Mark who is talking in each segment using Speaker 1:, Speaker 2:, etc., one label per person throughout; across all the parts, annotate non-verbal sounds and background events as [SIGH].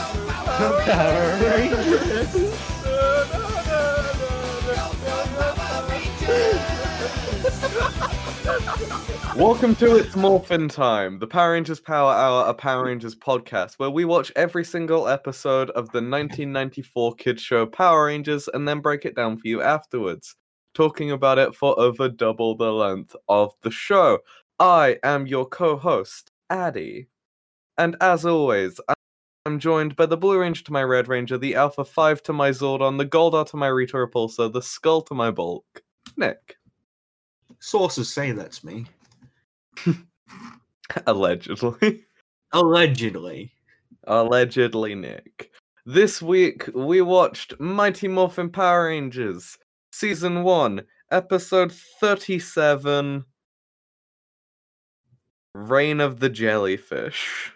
Speaker 1: the Power Rangers.
Speaker 2: Welcome to It's Morphin Time, the Power Rangers Power Hour, a Power Rangers podcast, where we watch every single episode of the 1994 kids show Power Rangers and then break it down for you afterwards, talking about it for over double the length of the show. I am your co host, Addy. And as always, I'm joined by the Blue Ranger to my Red Ranger, the Alpha 5 to my Zordon, the Goldar to my Rita Repulsa, the Skull to my Bulk, Nick.
Speaker 3: [LAUGHS]
Speaker 2: [LAUGHS]
Speaker 3: Sources say that's me.
Speaker 2: Allegedly.
Speaker 3: Allegedly.
Speaker 2: Allegedly, Nick. This week we watched Mighty Morphin Power Rangers Season 1, Episode 37 Reign of the Jellyfish.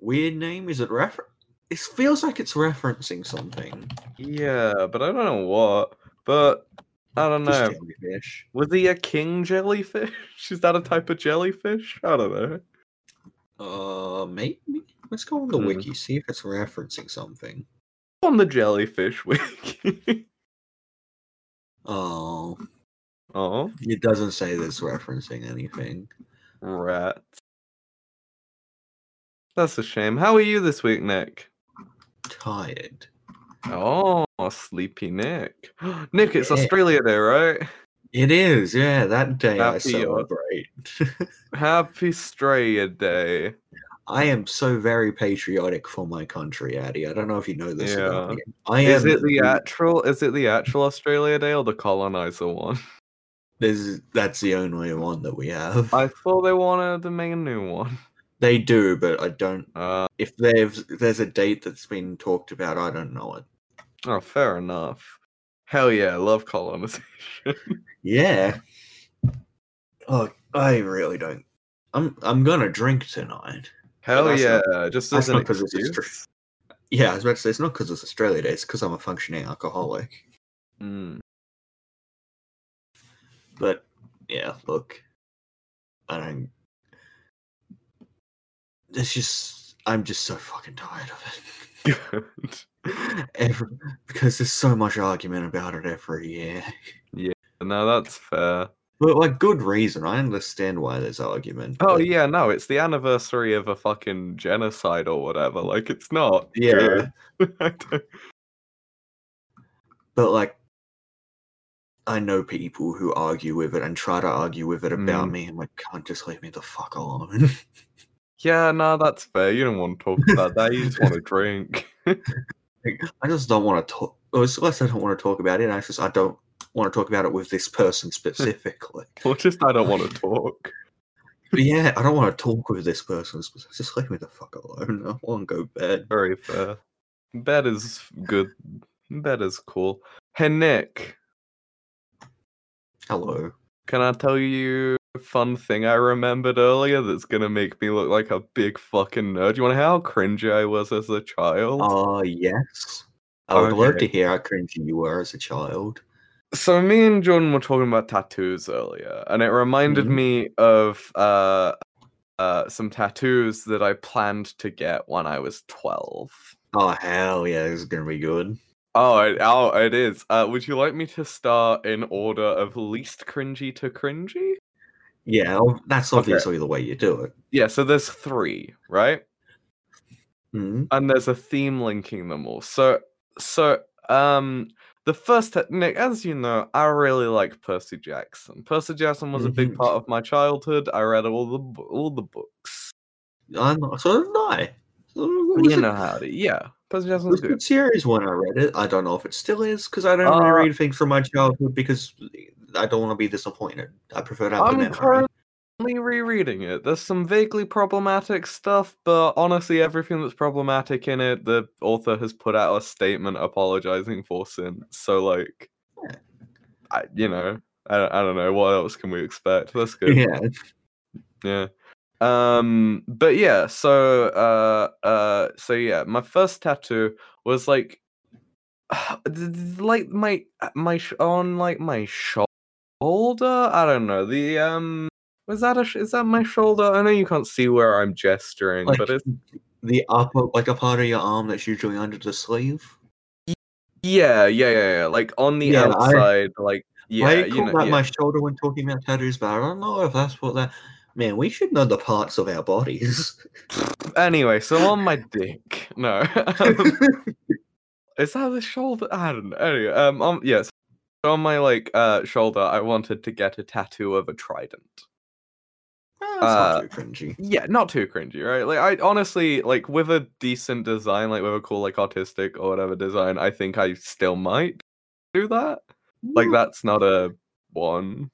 Speaker 3: Weird name. Is it refer? It feels like it's referencing something.
Speaker 2: Yeah, but I don't know what. But I don't
Speaker 3: Just
Speaker 2: know.
Speaker 3: jellyfish.
Speaker 2: Was he a king jellyfish? [LAUGHS] Is that a type of jellyfish? I don't know.
Speaker 3: Uh, maybe. Let's go on the
Speaker 2: Hmm.
Speaker 3: wiki see if it's referencing something.
Speaker 2: On the jellyfish wiki. [LAUGHS]
Speaker 3: Oh,
Speaker 2: oh,
Speaker 3: it doesn't say that it's referencing anything.
Speaker 2: rats. That's a shame. How are you this week, Nick?
Speaker 3: Tired.
Speaker 2: Oh, sleepy Nick. [GASPS] Nick, it's
Speaker 3: Yeah.
Speaker 2: Australia Day, right?
Speaker 3: It is. Yeah, that day I
Speaker 2: Happy or-
Speaker 3: celebrate.
Speaker 2: Happy Australia Day.
Speaker 3: I am so very patriotic for my country, Addy. I don't know if you know this about
Speaker 2: Yeah.
Speaker 3: me. I am.
Speaker 2: Is it the actual? Is it the actual Australia Day or the colonizer one? [LAUGHS]
Speaker 3: this is- that's the only one that we have.
Speaker 2: I thought they wanted to make a new one.
Speaker 3: [LAUGHS] They do, but I don't.
Speaker 2: Uh,
Speaker 3: If there's there's a date that's been talked about, I don't know it.
Speaker 2: oh, fair enough. Hell yeah, love colonization. [LAUGHS]
Speaker 3: Yeah. Oh, I really don't. I'm I'm gonna drink tonight.
Speaker 2: Hell
Speaker 3: that's
Speaker 2: yeah,
Speaker 3: not-
Speaker 2: just
Speaker 3: that's
Speaker 2: as an
Speaker 3: not 'cause it's
Speaker 2: excuse.
Speaker 3: Austra- Yeah, I was about to say it's not because it's Australia Day. It's because I'm a functioning alcoholic.
Speaker 2: [LAUGHS] Mm.
Speaker 3: But yeah, look, I don't. It's just I'm just so fucking tired of it. [LAUGHS]
Speaker 2: Good.
Speaker 3: Every, because there's so much argument about it every year.
Speaker 2: No, that's fair.
Speaker 3: But like good reason. I understand why there's argument.
Speaker 2: Oh
Speaker 3: but-
Speaker 2: yeah, no, it's the anniversary of a fucking genocide or whatever. Like it's not.
Speaker 3: yeah.
Speaker 2: good. [LAUGHS] I don't-
Speaker 3: But like I know people who argue with it and try to argue with it about
Speaker 2: Mm.
Speaker 3: me. I'm like, can't just leave me the fuck alone. [LAUGHS]
Speaker 2: yeah, no, that's fair. You don't want to talk about that. You just want to drink. [LAUGHS]
Speaker 3: Like, I just don't want to talk. Or it's less I don't want to talk about it. I just I don't want to talk about it with this
Speaker 2: [LAUGHS]
Speaker 3: person specifically.
Speaker 2: Or just I don't want to talk.
Speaker 3: but yeah, I don't want to talk with this person. Specifically. Just leave me the fuck alone. [LAUGHS] I want to go to bed.
Speaker 2: Very fair. Bed is good. Bed is cool. Hey Nick,
Speaker 3: Hello.
Speaker 2: can I tell you a fun thing I remembered earlier that's gonna make me look like a big fucking nerd? You wanna hear how cringy I was as a child?
Speaker 3: Ah, yes. I would love to
Speaker 2: Okay.
Speaker 3: hear how cringy you were as a child.
Speaker 2: so me and Jordan were talking about tattoos earlier, and it reminded
Speaker 3: Mhm.
Speaker 2: me of uh, uh, some tattoos that I planned to get when I was twelve.
Speaker 3: Oh hell yeah, this is gonna be good.
Speaker 2: Oh, it, oh, it is. Uh, would you like me to start in order of least cringy to cringy?
Speaker 3: Yeah, ob- that's
Speaker 2: Okay.
Speaker 3: obviously the way you do it.
Speaker 2: Yeah. So there's three, right?
Speaker 3: Hmm?
Speaker 2: And there's a theme linking them all. So, so um, the first ta- Nick, as you know, I really like Percy Jackson. Percy Jackson was a big
Speaker 3: Mhm.
Speaker 2: part of my childhood. I read all the bo- all the books.
Speaker 3: I'm not, so did I. So it was
Speaker 2: you
Speaker 3: a-
Speaker 2: know how to, yeah. Percy
Speaker 3: it
Speaker 2: Jackson's
Speaker 3: was a
Speaker 2: good.
Speaker 3: good series when I read it. I don't know if it still is because I don't
Speaker 2: Uh,
Speaker 3: really read things from my childhood because I don't want to be disappointed. I prefer to have the
Speaker 2: I'm
Speaker 3: memory.
Speaker 2: currently rereading it. There's some vaguely problematic stuff, but honestly, everything that's problematic in it, the author has put out a statement apologizing for since. So, like,
Speaker 3: Yeah.
Speaker 2: I, you know, I, don't- I don't know. What else can we expect? That's good.
Speaker 3: [LAUGHS] Yeah,
Speaker 2: Yeah. Um but yeah, so uh uh so yeah, my first tattoo was like [SIGHS] like my uh, my sh- on like my shoulder. I don't know. The um was that a sh- is that my shoulder? I know you can't see where I'm gesturing,
Speaker 3: like
Speaker 2: but it's
Speaker 3: the upper, like a part of your arm that's usually under the sleeve.
Speaker 2: Yeah, yeah, yeah, yeah. Like on the
Speaker 3: Yeah, I-
Speaker 2: outside, like yeah,
Speaker 3: I
Speaker 2: you
Speaker 3: call
Speaker 2: know,
Speaker 3: that
Speaker 2: yeah.
Speaker 3: my shoulder when talking about tattoos, but I don't know if that's what that. Man, we should know the parts of our bodies. [LAUGHS]
Speaker 2: [LAUGHS] Anyway, so on my dick. [LAUGHS] No. um, is that the shoulder? I don't know. Anyway, um, um yes. So on my like uh shoulder, I wanted to get a tattoo of a trident.
Speaker 3: Ah,
Speaker 2: Uh,
Speaker 3: that's not too cringy.
Speaker 2: Yeah, not too cringy, right? Like I honestly like with a decent design, like with a cool like artistic or whatever design, I think I still might do that. Like that's not a one.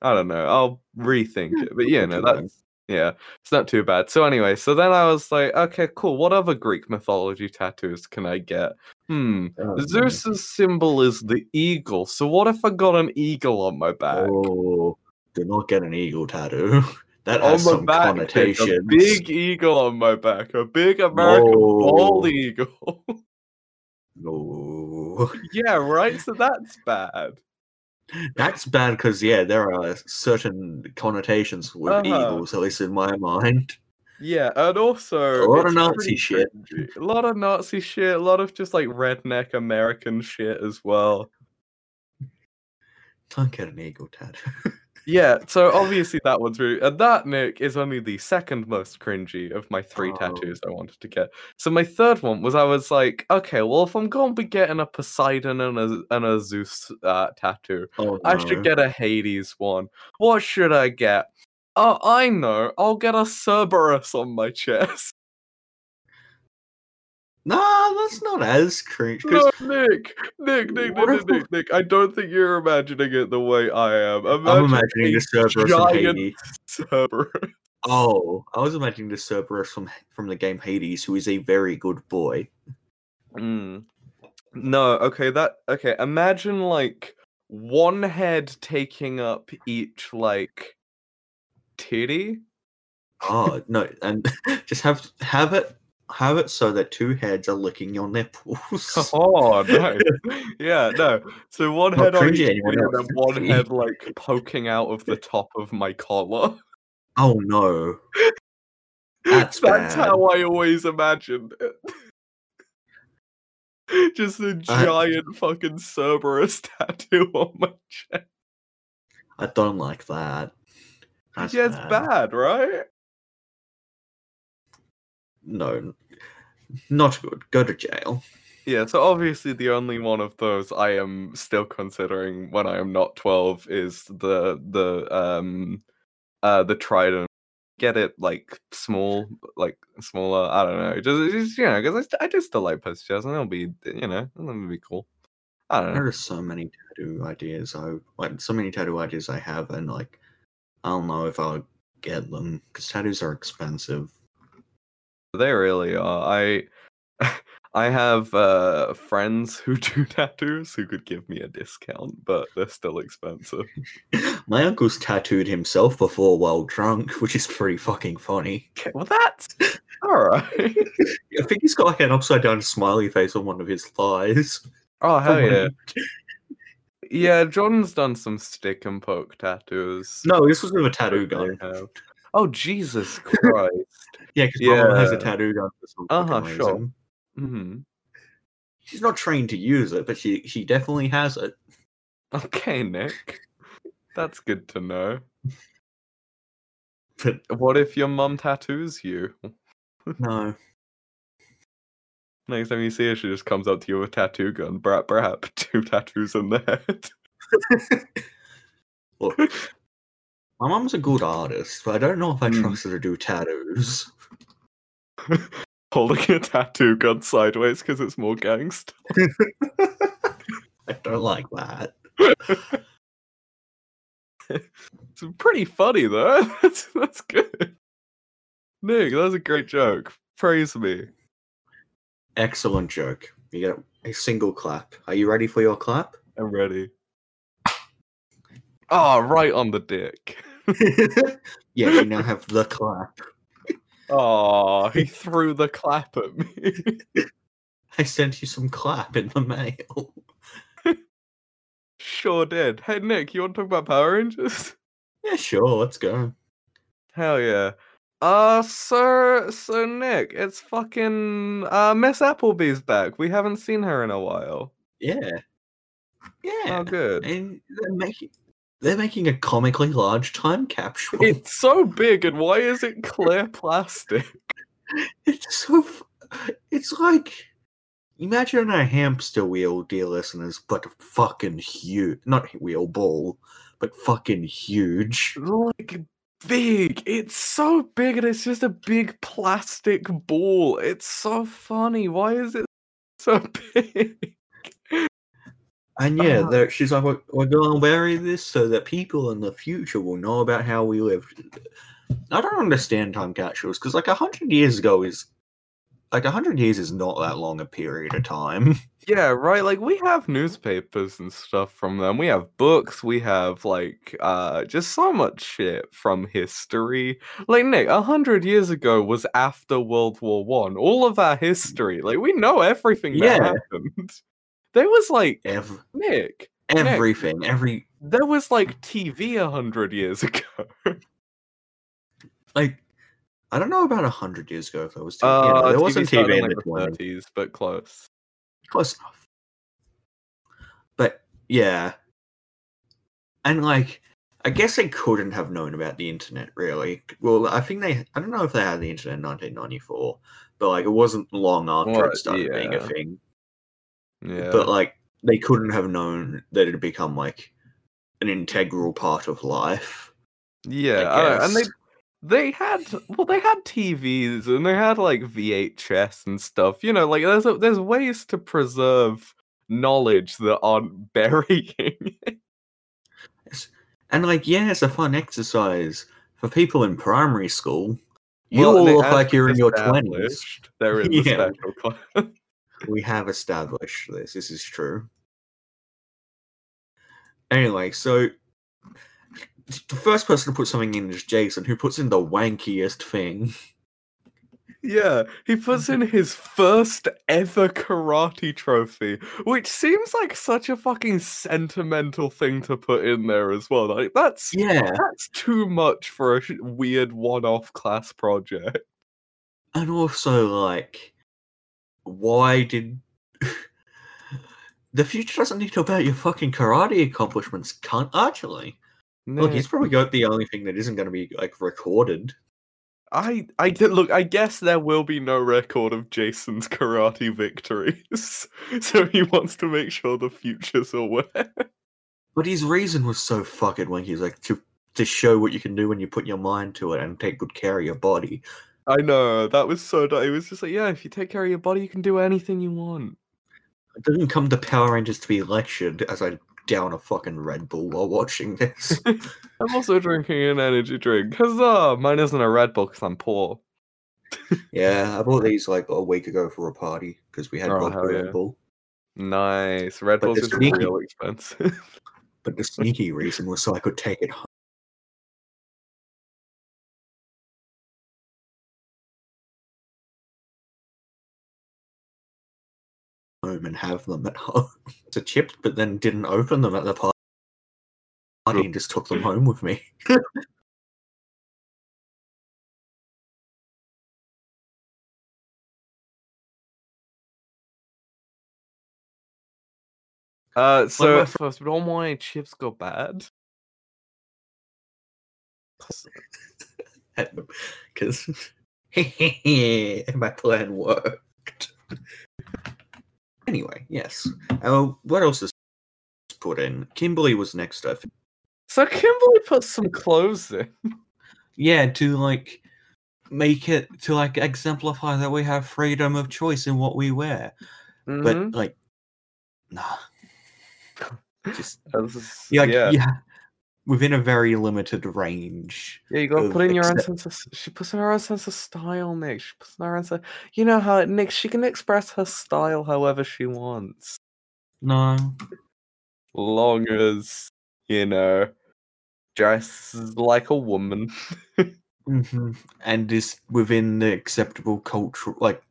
Speaker 2: I don't know. I'll rethink it. But yeah, no,
Speaker 3: Okay.
Speaker 2: that's yeah, it's not too bad. So anyway, so then I was like, okay, cool. What other Greek mythology tattoos can I get? Hmm.
Speaker 3: Oh,
Speaker 2: Zeus's symbol is the eagle. So what if I got an eagle on my back?
Speaker 3: Oh, do not get an eagle tattoo. [LAUGHS] That
Speaker 2: on
Speaker 3: has
Speaker 2: my
Speaker 3: some
Speaker 2: back, there's
Speaker 3: connotations.
Speaker 2: a big e- eagle on my back, a big American bald
Speaker 3: No.
Speaker 2: eagle. [LAUGHS]
Speaker 3: No.
Speaker 2: yeah, right. So that's bad.
Speaker 3: That's bad because yeah, there are certain connotations with
Speaker 2: Uh-huh.
Speaker 3: eagles, at least in my mind.
Speaker 2: Yeah, and also
Speaker 3: A lot of
Speaker 2: it's
Speaker 3: Nazi
Speaker 2: pretty
Speaker 3: shit.
Speaker 2: cringy. A lot of Nazi shit. A lot of just like redneck American shit as well.
Speaker 3: Don't get an eagle tattoo. [LAUGHS]
Speaker 2: Yeah. So obviously that one's really and that Nick is only the second most cringy of my three
Speaker 3: Oh.
Speaker 2: tattoos I wanted to get. So my third one was I was like, okay, well if I'm going to be getting a Poseidon and a and a Zeus uh, tattoo,
Speaker 3: Oh,
Speaker 2: I should
Speaker 3: no.
Speaker 2: get a Hades one. What should I get? Oh, I know. I'll get a Cerberus on my [LAUGHS] chest.
Speaker 3: Nah, that's not as cringe. 'cause
Speaker 2: No, Nick, Nick, Nick, Nick,
Speaker 3: What
Speaker 2: Nick,
Speaker 3: if-
Speaker 2: Nick, Nick. I don't think you're imagining it the way I am. Imagine
Speaker 3: I'm imagining
Speaker 2: a
Speaker 3: the Cerberus from
Speaker 2: giant
Speaker 3: Hades.
Speaker 2: Cerberus.
Speaker 3: Oh, I was imagining the Cerberus from from the game Hades, who is a very good boy.
Speaker 2: Mm. No, okay, that okay. Imagine like one head taking up each like titty.
Speaker 3: Oh no, and [LAUGHS] just have have it have it so that two heads are licking your
Speaker 2: [LAUGHS]
Speaker 3: nipples.
Speaker 2: Oh no! yeah, no. So one
Speaker 3: Not
Speaker 2: head on
Speaker 3: cringy
Speaker 2: each
Speaker 3: anymore,
Speaker 2: wing
Speaker 3: no,
Speaker 2: and then
Speaker 3: it's
Speaker 2: one
Speaker 3: cringy.
Speaker 2: head like poking out of the top of my collar.
Speaker 3: Oh no, [LAUGHS]
Speaker 2: [LAUGHS]
Speaker 3: That's bad.
Speaker 2: how I always imagined it. [LAUGHS] Just a giant fucking Cerberus [LAUGHS] tattoo on my chest.
Speaker 3: I don't like that. That's
Speaker 2: yeah, it's bad, right?
Speaker 3: No, n- not good. Go to jail.
Speaker 2: Yeah, so obviously the only one of those I am still considering when I am not twelve is the the um uh the trident. Get it like small, like smaller. I don't know. Just, just you know, because I, st- I do still like poster chairs, and it'll be you know, it'll be cool. I don't know.
Speaker 3: There are so many tattoo ideas. I like so many tattoo ideas I have, and like I don't know if I'll get them because tattoos are expensive. [LAUGHS]
Speaker 2: They really are. I I [LAUGHS] have uh friends who [LAUGHS] do tattoos who could give me a discount, but they're still expensive.
Speaker 3: My uncle's tattooed himself before while drunk, which is pretty fucking funny.
Speaker 2: Okay, [LAUGHS] well that's [LAUGHS] all right.
Speaker 3: I think he's got like an upside down smiley face on one of his thighs. [LAUGHS]
Speaker 2: Oh hell
Speaker 3: Someone-
Speaker 2: yeah. Yeah, Jordan's done some stick and poke tattoos.
Speaker 3: No, this was with a tattoo
Speaker 2: that they
Speaker 3: gun.
Speaker 2: have.
Speaker 3: [LAUGHS]
Speaker 2: Oh Jesus Christ.
Speaker 3: Yeah, because my mom has a
Speaker 2: Yeah.
Speaker 3: tattoo gun for some
Speaker 2: Uh-huh,
Speaker 3: fucking
Speaker 2: sure.
Speaker 3: reason.
Speaker 2: Mhm.
Speaker 3: She's not trained to use it, but she she definitely has it.
Speaker 2: Okay, Nick. That's good to know.
Speaker 3: But
Speaker 2: What if your mum tattoos you?
Speaker 3: no,
Speaker 2: Next time you see her, she just comes up to you with a tattoo gun. Brap, brap, [LAUGHS] two tattoos in the head. [LAUGHS]
Speaker 3: look, my mom's a good artist, but I don't know if I
Speaker 2: Hmm.
Speaker 3: trust her to do tattoos. [LAUGHS]
Speaker 2: Holding a tattoo gun sideways because it's more gangster.
Speaker 3: I don't like that.
Speaker 2: It's pretty funny though. [LAUGHS] that's, that's good. Nick, that was a great joke. Praise me.
Speaker 3: Excellent joke. You get a single clap. Are you ready for your
Speaker 2: [LAUGHS]
Speaker 3: clap?
Speaker 2: I'm ready. Ah, right on the dick.
Speaker 3: yeah, we now have the clap.
Speaker 2: Oh, [LAUGHS] he threw the clap at me. [LAUGHS]
Speaker 3: I sent you some clap in the mail. [LAUGHS]
Speaker 2: sure did. Hey, Nick, you want to talk about Power Rangers?
Speaker 3: Yeah, sure, let's go.
Speaker 2: [LAUGHS] Hell yeah. Uh, sir, sir Nick, it's fucking uh Miss Applebee's back. We haven't seen her in a while.
Speaker 3: Yeah. Yeah.
Speaker 2: Oh, good.
Speaker 3: And they're making they're making a comically large time capsule.
Speaker 2: It's so big, and why is it clear plastic?
Speaker 3: It's so. f- It's like. Imagine a hamster wheel, dear listeners, but fucking huge. Not wheel ball, but fucking huge.
Speaker 2: Like big. It's so big, and it's just a big plastic ball. It's so funny. Why is it so [LAUGHS] big?
Speaker 3: And yeah,
Speaker 2: Uh-huh.
Speaker 3: there, she's like, we're, we're going to bury this so that people in the future will know about how we lived. I don't understand time capsules because, like, a hundred years ago is like a hundred years is not that long a period of time.
Speaker 2: Yeah, right. Like we have newspapers and stuff from them. We have books. We have like uh just so much shit from history. Like Nick, a hundred years ago was after World War One. All of our history, like we know everything that
Speaker 3: Yeah.
Speaker 2: happened. There was like
Speaker 3: Ev-
Speaker 2: Nick.
Speaker 3: everything, every
Speaker 2: There was like TV a hundred years [LAUGHS] ago.
Speaker 3: like, I don't know about a hundred years ago if there was TV.
Speaker 2: Uh,
Speaker 3: no, there wasn't
Speaker 2: started
Speaker 3: TV in
Speaker 2: in like
Speaker 3: the
Speaker 2: the
Speaker 3: 20s.
Speaker 2: thirties, but close.
Speaker 3: close enough. But yeah, and like I guess they couldn't have known about the internet really. Well, I think they I don't know if they had the internet in 1994, but like it wasn't long after
Speaker 2: Right,
Speaker 3: it started being
Speaker 2: yeah.
Speaker 3: a thing.
Speaker 2: Yeah.
Speaker 3: But like they couldn't have known that it had become like an integral part of life.
Speaker 2: Yeah, uh, and they
Speaker 3: guess.
Speaker 2: they had well, they had TVs and they had like VHS and stuff. You know, like there's a, there's ways to preserve knowledge that aren't [LAUGHS] burying. it.
Speaker 3: And like yeah, it's a fun exercise for people in primary school. You
Speaker 2: Well,
Speaker 3: all
Speaker 2: they-
Speaker 3: look
Speaker 2: as
Speaker 3: like you're in your twenties.
Speaker 2: established, They're in the
Speaker 3: Yeah.
Speaker 2: special class.
Speaker 3: we have established this. This is true. Anyway, so the first person to put something in is Jason, who puts in the wankiest thing.
Speaker 2: Yeah, he puts in his first ever karate trophy, which seems like such a fucking sentimental thing to put in there as well. Like that's
Speaker 3: Yeah,
Speaker 2: [LAUGHS] that's too much for a sh- weird one-off class project.
Speaker 3: and also like, why did [SIGHS] the future doesn't need to know about your fucking karate accomplishments? Cunt, actually, look, he's probably got the only thing that isn't going to be like recorded.
Speaker 2: I, I did look. I guess there will be no record of Jason's karate victories, [LAUGHS] so he wants to make sure the future's aware. [LAUGHS]
Speaker 3: But his reason was so fucking wanky. He's like to to show what you can do when you put your mind to it and take good care of your body.
Speaker 2: I know that was so. du- It was just like, yeah, if you take care of your body, you can do anything you want.
Speaker 3: It didn't come to Power Rangers to be lectured as I down a fucking Red Bull while watching [LAUGHS] this.
Speaker 2: I'm also drinking an energy drink. Huzzah! Mine isn't a Red Bull because I'm poor.
Speaker 3: yeah, I bought these like a week ago for a party because we had
Speaker 2: Oh,
Speaker 3: vodka
Speaker 2: hell yeah.
Speaker 3: Red Bull.
Speaker 2: Nice. Red
Speaker 3: But
Speaker 2: Bulls
Speaker 3: the
Speaker 2: is
Speaker 3: sneaky-
Speaker 2: real expensive. [LAUGHS]
Speaker 3: But the sneaky reason was so I could take it home. home and have them at home [LAUGHS] to chipped but then didn't open them at the party and just took them home with me [LAUGHS]
Speaker 2: uh, so
Speaker 3: my
Speaker 2: at first, but all my chips go bad.
Speaker 3: because [LAUGHS] my plan worked. anyway, yes. Oh, what else is put in? Kimberly was next, I think.
Speaker 2: So Kimberly put some clothes in.
Speaker 3: Yeah, to like make it to like exemplify that we have freedom of choice in what we wear,
Speaker 2: Mhm.
Speaker 3: but like, nah, just
Speaker 2: That's just-
Speaker 3: yeah, like, yeah, within a very limited range.
Speaker 2: Yeah, you gotta
Speaker 3: of
Speaker 2: put in your own
Speaker 3: accept-
Speaker 2: sense of. s- She puts in her own sense of style, Nick. She puts in her own sense. You know how Nick? She can express her style however she wants,
Speaker 3: No,
Speaker 2: long as you know, dresses like a woman.
Speaker 3: hmm And is within the acceptable cultural, like,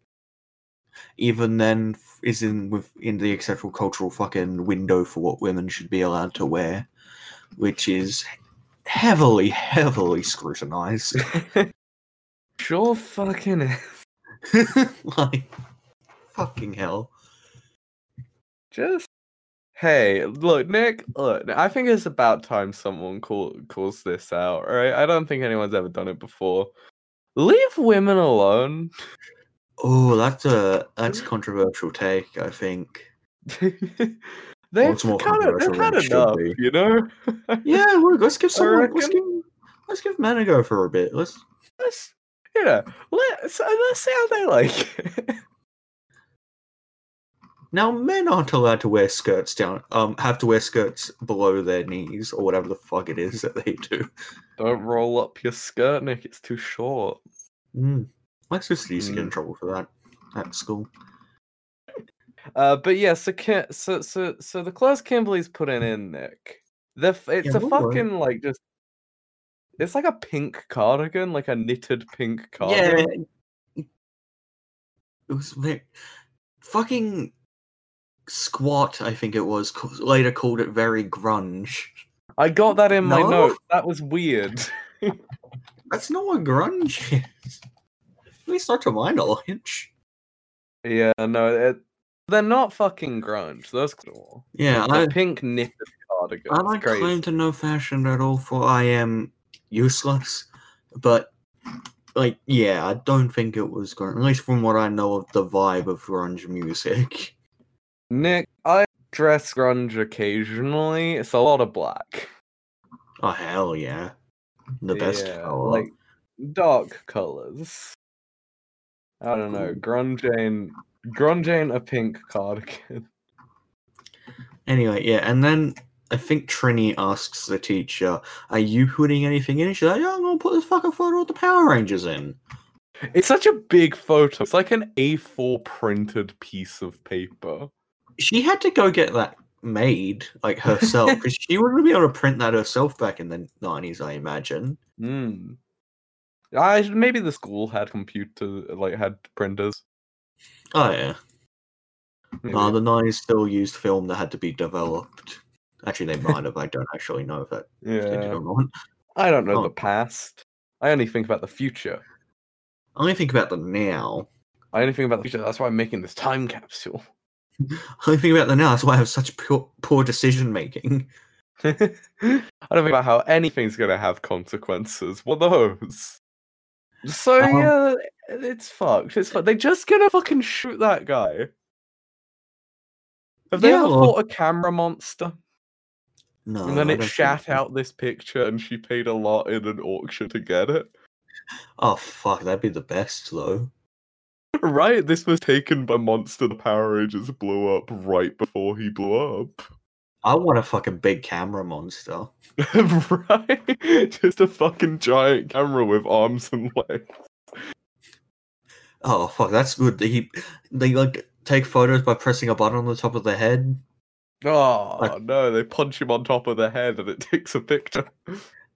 Speaker 3: even then f- is in within the acceptable cultural fucking window for what women should be allowed to wear, which is heavily, heavily scrutinized.
Speaker 2: sure fucking is.
Speaker 3: [LAUGHS] like, fucking hell.
Speaker 2: Just hey, look, Nick. Look, I think it's about time someone call, calls this out. Right? I don't think anyone's ever done it before. Leave women alone.
Speaker 3: Oh, that's a that's a controversial take. I think.
Speaker 2: [LAUGHS] they've
Speaker 3: it's more
Speaker 2: kind of they've
Speaker 3: controversial
Speaker 2: had
Speaker 3: than it should be.
Speaker 2: enough, you know. [LAUGHS]
Speaker 3: Yeah, look, let's give
Speaker 2: I
Speaker 3: someone. Let's give,
Speaker 2: reckon-
Speaker 3: let's give men a go for a bit. Let's.
Speaker 2: Let's, you know, let's let's see how they like. it. [LAUGHS]
Speaker 3: Now, men aren't allowed to wear skirts down. Um, have to wear skirts below their knees or whatever the fuck it is that they do.
Speaker 2: Don't roll up your skirt, Nick. It's too short.
Speaker 3: Mm. Lexus used to get in
Speaker 2: Mm.
Speaker 3: trouble for that at school.
Speaker 2: Uh, but yeah, so Kim, so so so the clothes Kimberly's putting in, Nick. The f- it's a
Speaker 3: what were-
Speaker 2: fucking like just. It's like a pink cardigan, like a knitted pink
Speaker 3: Yeah.
Speaker 2: cardigan.
Speaker 3: It was very, fucking squat. I think it was ca- later called it very grunge.
Speaker 2: I got that in my
Speaker 3: No?
Speaker 2: notes. That was weird. [LAUGHS]
Speaker 3: That's not what grunge [LAUGHS] is. At least not to my knowledge.
Speaker 2: yeah, no, it, they're not fucking grunge. Those cool.
Speaker 3: Yeah,
Speaker 2: The
Speaker 3: I,
Speaker 2: pink knitted cardigan.
Speaker 3: I
Speaker 2: it's
Speaker 3: don't
Speaker 2: crazy.
Speaker 3: claim to know fashion at all, for I am useless. But like, yeah, I don't think it was grunge. At least from what I know of the vibe of grunge music.
Speaker 2: Nick, I dress grunge occasionally. It's a lot of black.
Speaker 3: Oh hell yeah, the best
Speaker 2: Yeah,
Speaker 3: color.
Speaker 2: like dark colors. I don't know,
Speaker 3: Ooh.
Speaker 2: grunge ain't grunge ain't a pink cardigan. [LAUGHS]
Speaker 3: Anyway, yeah, and then I think Trini asks the teacher, "Are you putting anything in?" She's like, "Yeah, I'm gonna put this fucking photo of the Power Rangers in."
Speaker 2: It's such a big photo. It's like an A4 printed piece of paper.
Speaker 3: she had to go get that made like
Speaker 2: [LAUGHS]
Speaker 3: herself because she wouldn't be able to print that herself back in the 90s i imagine
Speaker 2: Hmm. I maybe the school had computer like had printers.
Speaker 3: oh yeah
Speaker 2: Maybe.
Speaker 3: uh, the 90s still used film that had to be developed actually they might have i don't actually know if that they did
Speaker 2: yeah.
Speaker 3: or not
Speaker 2: I don't know
Speaker 3: Oh.
Speaker 2: the past. I only think about the future.
Speaker 3: i only think about the now [LAUGHS]
Speaker 2: I only think about the future. That's why I'm making this time capsule. [LAUGHS]
Speaker 3: i only think about the now that's why i have such poor, poor decision making
Speaker 2: I don't think about how anything's gonna have consequences. What are those? So
Speaker 3: Um,
Speaker 2: yeah, it's fucked. It's fucked. They're just gonna fucking shoot that guy. Have they
Speaker 3: Yeah,
Speaker 2: ever
Speaker 3: well-
Speaker 2: fought a camera monster?
Speaker 3: no
Speaker 2: and then
Speaker 3: Oh, I
Speaker 2: it
Speaker 3: don't think
Speaker 2: shat
Speaker 3: so.
Speaker 2: out this picture and she paid a lot in an auction to get it. [LAUGHS]
Speaker 3: oh fuck that'd be the best though
Speaker 2: Right? This was taken by Monster the Power Rangers blew up right before he blew up.
Speaker 3: i want a fucking big camera monster
Speaker 2: [LAUGHS] right? Just a fucking giant camera with arms and legs.
Speaker 3: Oh fuck, that's good. They they like take photos by pressing a button on the top of the head,
Speaker 2: Oh no, they punch him on top of the head and it [LAUGHS] takes a picture.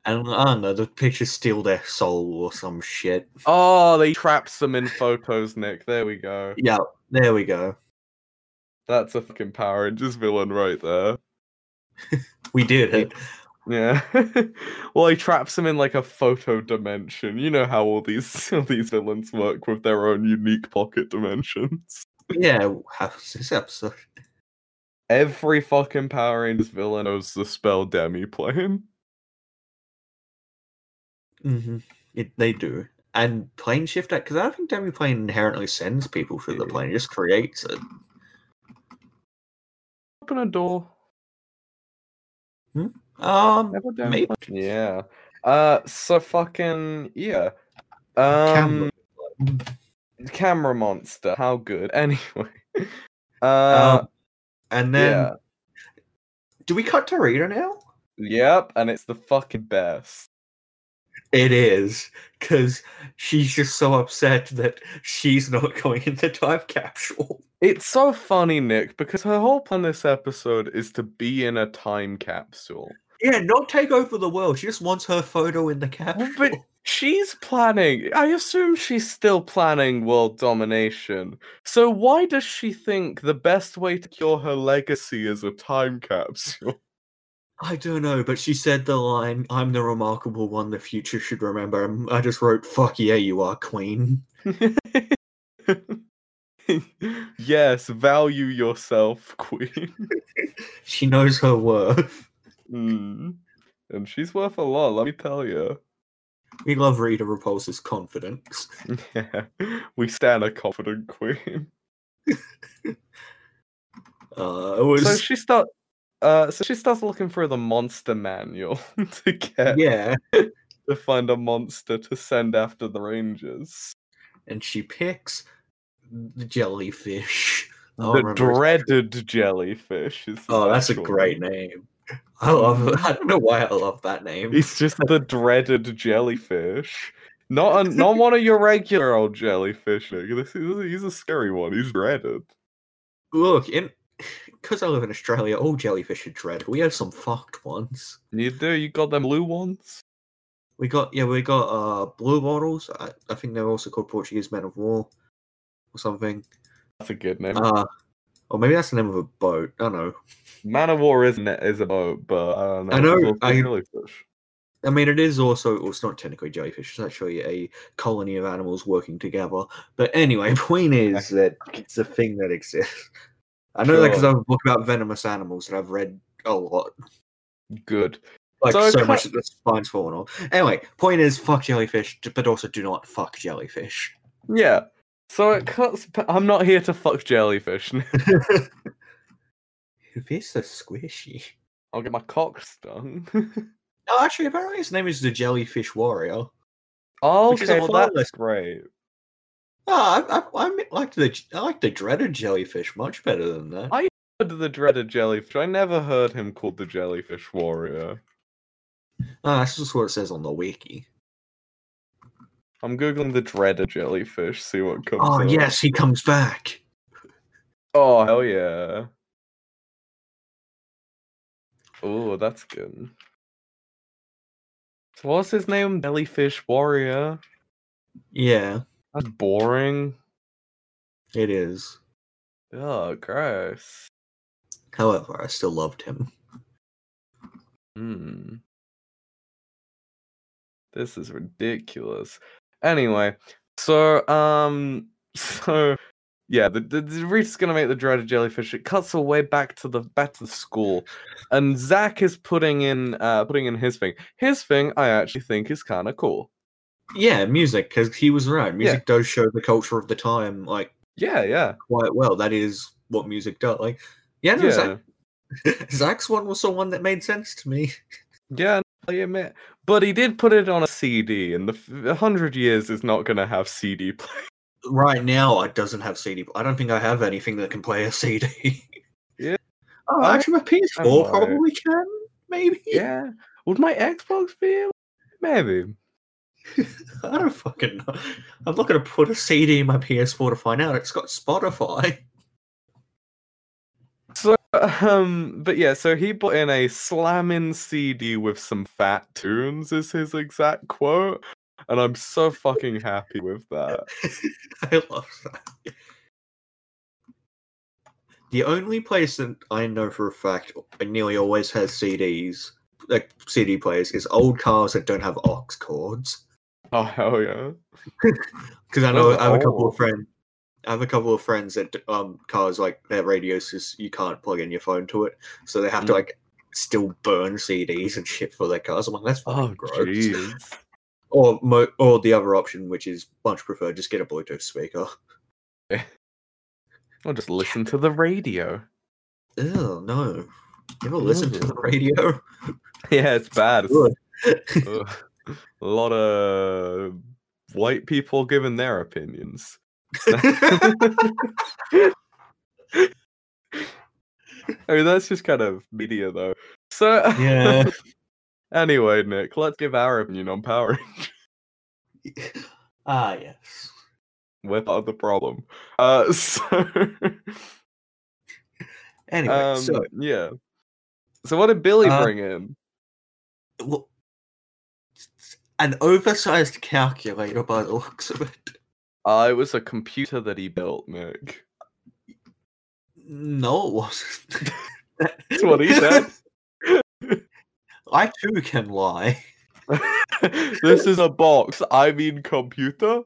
Speaker 3: and I don't know, the pictures steal their soul or some shit.
Speaker 2: Oh, they trapped some in photos, Nick. There we go.
Speaker 3: Yeah, there we go.
Speaker 2: That's a fucking Power Rangers villain right there.
Speaker 3: We did it.
Speaker 2: Yeah. [LAUGHS] well, he traps him in like a photo dimension. You know how all these [LAUGHS] all these villains work with their own unique pocket dimensions.
Speaker 3: Yeah, how was this episode?
Speaker 2: Every fucking Power Rangers villain knows the spell demiplane. Mm-hmm.
Speaker 3: hmm It, they do. And plane shift that because I don't think Demi plane inherently sends people through the
Speaker 2: Yeah.
Speaker 3: plane; it just creates it.
Speaker 2: Open a door.
Speaker 3: Um,
Speaker 2: Never done
Speaker 3: maybe.
Speaker 2: much- Yeah. Uh. So fucking yeah. Um.
Speaker 3: Camera.
Speaker 2: Camera monster. How good. [LAUGHS] Anyway. Uh.
Speaker 3: um, and then
Speaker 2: yeah.
Speaker 3: do we cut to Rita now?
Speaker 2: Yep. And it's the fucking best.
Speaker 3: It is because she's just so upset that she's not [LAUGHS] going in the time capsule.
Speaker 2: It's so funny, Nick, because her whole plan this episode is to be in a time capsule.
Speaker 3: Yeah, not take over the world. She just wants her photo in the capsule.
Speaker 2: Well, but she's planning. I assume she's still planning world domination. So why does she think the best way to cure her legacy is a time capsule?
Speaker 3: I don't know, but she said the line, I'm the remarkable one the future should remember. and I just wrote, fuck yeah, you are, queen. [LAUGHS]
Speaker 2: yes, value yourself, [LAUGHS] queen.
Speaker 3: She knows her worth.
Speaker 2: Mm. And she's worth a lot, let me tell you.
Speaker 3: We love Rita Repulsa's confidence.
Speaker 2: Yeah, [LAUGHS] we stand a confident queen.
Speaker 3: Uh, it was,
Speaker 2: So she start. Uh, so she starts looking through the monster manual [LAUGHS] to get
Speaker 3: yeah.
Speaker 2: to find a monster to send after the rangers.
Speaker 3: And she picks the jellyfish. I don't
Speaker 2: the
Speaker 3: remember his-
Speaker 2: dreaded jellyfish is. his
Speaker 3: oh, that's a
Speaker 2: actual
Speaker 3: great name. I love [LAUGHS] I don't know why I love that name.
Speaker 2: It's just the dreaded jellyfish. Not a, not one of your regular old jellyfish. Nick. This is, he's a scary one. He's dreaded.
Speaker 3: Look, in because I live in Australia, all jellyfish are dreaded. We have some fucked ones.
Speaker 2: You do. You got them blue ones.
Speaker 3: We got yeah, we got uh blue bottles. I, I think they're also called Portuguese men of war or something.
Speaker 2: That's a good name.
Speaker 3: Uh or maybe that's the name of a boat. I don't know.
Speaker 2: Man of War isn't it, is a boat, but I don't know.
Speaker 3: I
Speaker 2: it's
Speaker 3: know,
Speaker 2: also
Speaker 3: I-
Speaker 2: jellyfish.
Speaker 3: I mean, it is also well, it's not technically jellyfish. It's actually a colony of animals working together. But anyway, [LAUGHS] point is that it's a thing that exists. I know that because I
Speaker 2: Sure.
Speaker 3: have a book about venomous animals that I've read a lot,
Speaker 2: Good.
Speaker 3: like
Speaker 2: So
Speaker 3: so,
Speaker 2: ki-
Speaker 3: much that the spine's fallen off. Anyway, point is, fuck jellyfish, d- but also do not fuck jellyfish.
Speaker 2: Yeah. So it cuts. p- I'm not here to fuck jellyfish. [LAUGHS]
Speaker 3: This so squishy.
Speaker 2: I'll get my cock stung. [LAUGHS]
Speaker 3: Oh, actually, apparently his name is the Jellyfish Warrior.
Speaker 2: oh,
Speaker 3: Which is
Speaker 2: okay,
Speaker 3: on
Speaker 2: well,
Speaker 3: my
Speaker 2: that's
Speaker 3: list.
Speaker 2: great.
Speaker 3: Ah, I, I, I m- like the j- I like the dreaded jellyfish much better than that.
Speaker 2: I- Heard of The dreaded jellyfish. I never heard him called the jellyfish warrior.
Speaker 3: Ah, that's just what it says on the wiki.
Speaker 2: I'm googling the dreaded jellyfish. See what comes.
Speaker 3: Oh
Speaker 2: up.
Speaker 3: yes, he comes back.
Speaker 2: Oh hell yeah. Oh, that's good. So what's his name? Jellyfish warrior.
Speaker 3: Yeah,
Speaker 2: That's boring.
Speaker 3: it is.
Speaker 2: Oh, gross.
Speaker 3: However, I still loved him.
Speaker 2: Hmm. This is ridiculous. Anyway, so um, [LAUGHS] so yeah, the the, the Rita's gonna make the dreaded jellyfish. It cuts away back to the back to the school, and Zach is putting in uh putting in his thing. His thing, I actually think is kind of cool.
Speaker 3: Yeah, music because he was right. Music does show the culture of the time like
Speaker 2: Yeah, yeah,
Speaker 3: quite well. That is what music does. Like, yeah, no,
Speaker 2: yeah,
Speaker 3: Zach, [LAUGHS] Zach's one was the one that made sense to me.
Speaker 2: yeah. I admit, but he did put it on a CD, and the f- hundred years is not gonna have CD play.
Speaker 3: Right now, it doesn't have CD. I don't think I have anything that can play a CD.
Speaker 2: Yeah.
Speaker 3: Oh,
Speaker 2: I-
Speaker 3: actually, my
Speaker 2: I
Speaker 3: PS4
Speaker 2: might.
Speaker 3: probably can. Maybe.
Speaker 2: Yeah, would my Xbox be? able- Maybe.
Speaker 3: [LAUGHS] I don't fucking know. I'm not going to put a CD in my PS4 to find out. It's got Spotify. [LAUGHS]
Speaker 2: So, um, but yeah, so he put in a slamming CD with some fat tunes, is his exact quote. And I'm so fucking happy with that.
Speaker 3: I love that. The only place that I know for a fact nearly always has CDs, like CD players, is old cars that don't have aux cords.
Speaker 2: Oh, hell yeah.
Speaker 3: Because I know
Speaker 2: Those are
Speaker 3: I have a couple
Speaker 2: old.
Speaker 3: of friends. I have a couple of friends that um cars like their radios just you can't plug in your phone to it, so they have to
Speaker 2: Mm.
Speaker 3: like still burn CDs and shit for their cars. I'm like, that's fucking
Speaker 2: Oh,
Speaker 3: gross.
Speaker 2: jeez.
Speaker 3: Or mo- or the other option, which is much preferred, just get a Bluetooth speaker.
Speaker 2: I'll just listen to the radio.
Speaker 3: Ew, no. You ever listen to the
Speaker 2: Ew. [LAUGHS]
Speaker 3: radio?
Speaker 2: [LAUGHS]
Speaker 3: [LAUGHS]
Speaker 2: Yeah, it's bad. It's,
Speaker 3: Good.
Speaker 2: [LAUGHS] ugh. a lot of white people giving their opinions. I mean, that's just kind of media, though. So,
Speaker 3: yeah.
Speaker 2: [LAUGHS] anyway, Nick, let's give our opinion on Power [LAUGHS]
Speaker 3: Ah, yes.
Speaker 2: we're part of the problem. Uh, [LAUGHS] so,
Speaker 3: [LAUGHS] Anyway,
Speaker 2: um,
Speaker 3: so
Speaker 2: yeah. So what did Billy
Speaker 3: Uh,
Speaker 2: bring in? Um,
Speaker 3: well, an oversized calculator by the looks of it.
Speaker 2: Uh, it was a computer that he built, Nick.
Speaker 3: No, it wasn't.
Speaker 2: That's what he said.
Speaker 3: [LAUGHS] I too can lie.
Speaker 2: [LAUGHS] this is a box. I mean computer.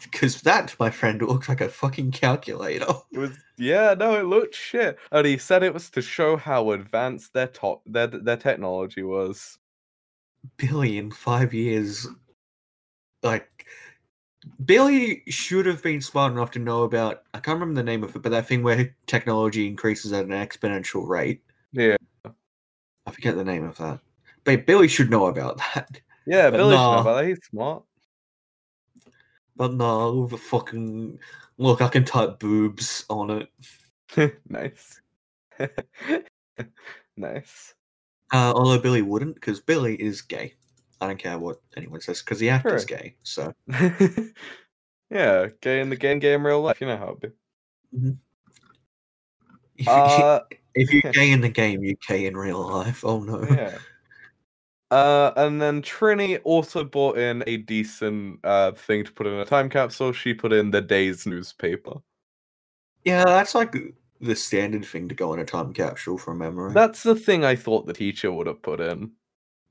Speaker 3: Because that, my friend, looked like a fucking calculator.
Speaker 2: It was yeah, no, it looked shit. And he said it was to show how advanced their top their their technology was.
Speaker 3: Billy in five years. Like, Billy should have been smart enough to know about. I can't remember the name of it, but that thing where technology increases at an exponential rate.
Speaker 2: Yeah.
Speaker 3: I forget the name of that. But Billy should know about that.
Speaker 2: Yeah,
Speaker 3: But
Speaker 2: Billy
Speaker 3: nah.
Speaker 2: should know about that. He's smart. [LAUGHS]
Speaker 3: But no, the fucking. Look, I can type boobs on it.
Speaker 2: nice. [LAUGHS] nice. [LAUGHS]
Speaker 3: Uh, although Billy wouldn't, because Billy is gay. I don't care what anyone says, because the actor's
Speaker 2: True.
Speaker 3: gay. So [LAUGHS]
Speaker 2: yeah, gay in the game, gay in real life. You know how
Speaker 3: [LAUGHS]
Speaker 2: it be.
Speaker 3: if, you-
Speaker 2: Uh,
Speaker 3: if
Speaker 2: [LAUGHS]
Speaker 3: you're gay in the game, you're gay in real life. Oh no.
Speaker 2: yeah. Uh, and then Trini also bought in a decent uh, thing to put in a time capsule. She put in the day's newspaper.
Speaker 3: Yeah, that's like the standard thing to go in a time capsule from memory.
Speaker 2: That's the thing I thought the teacher would have put in.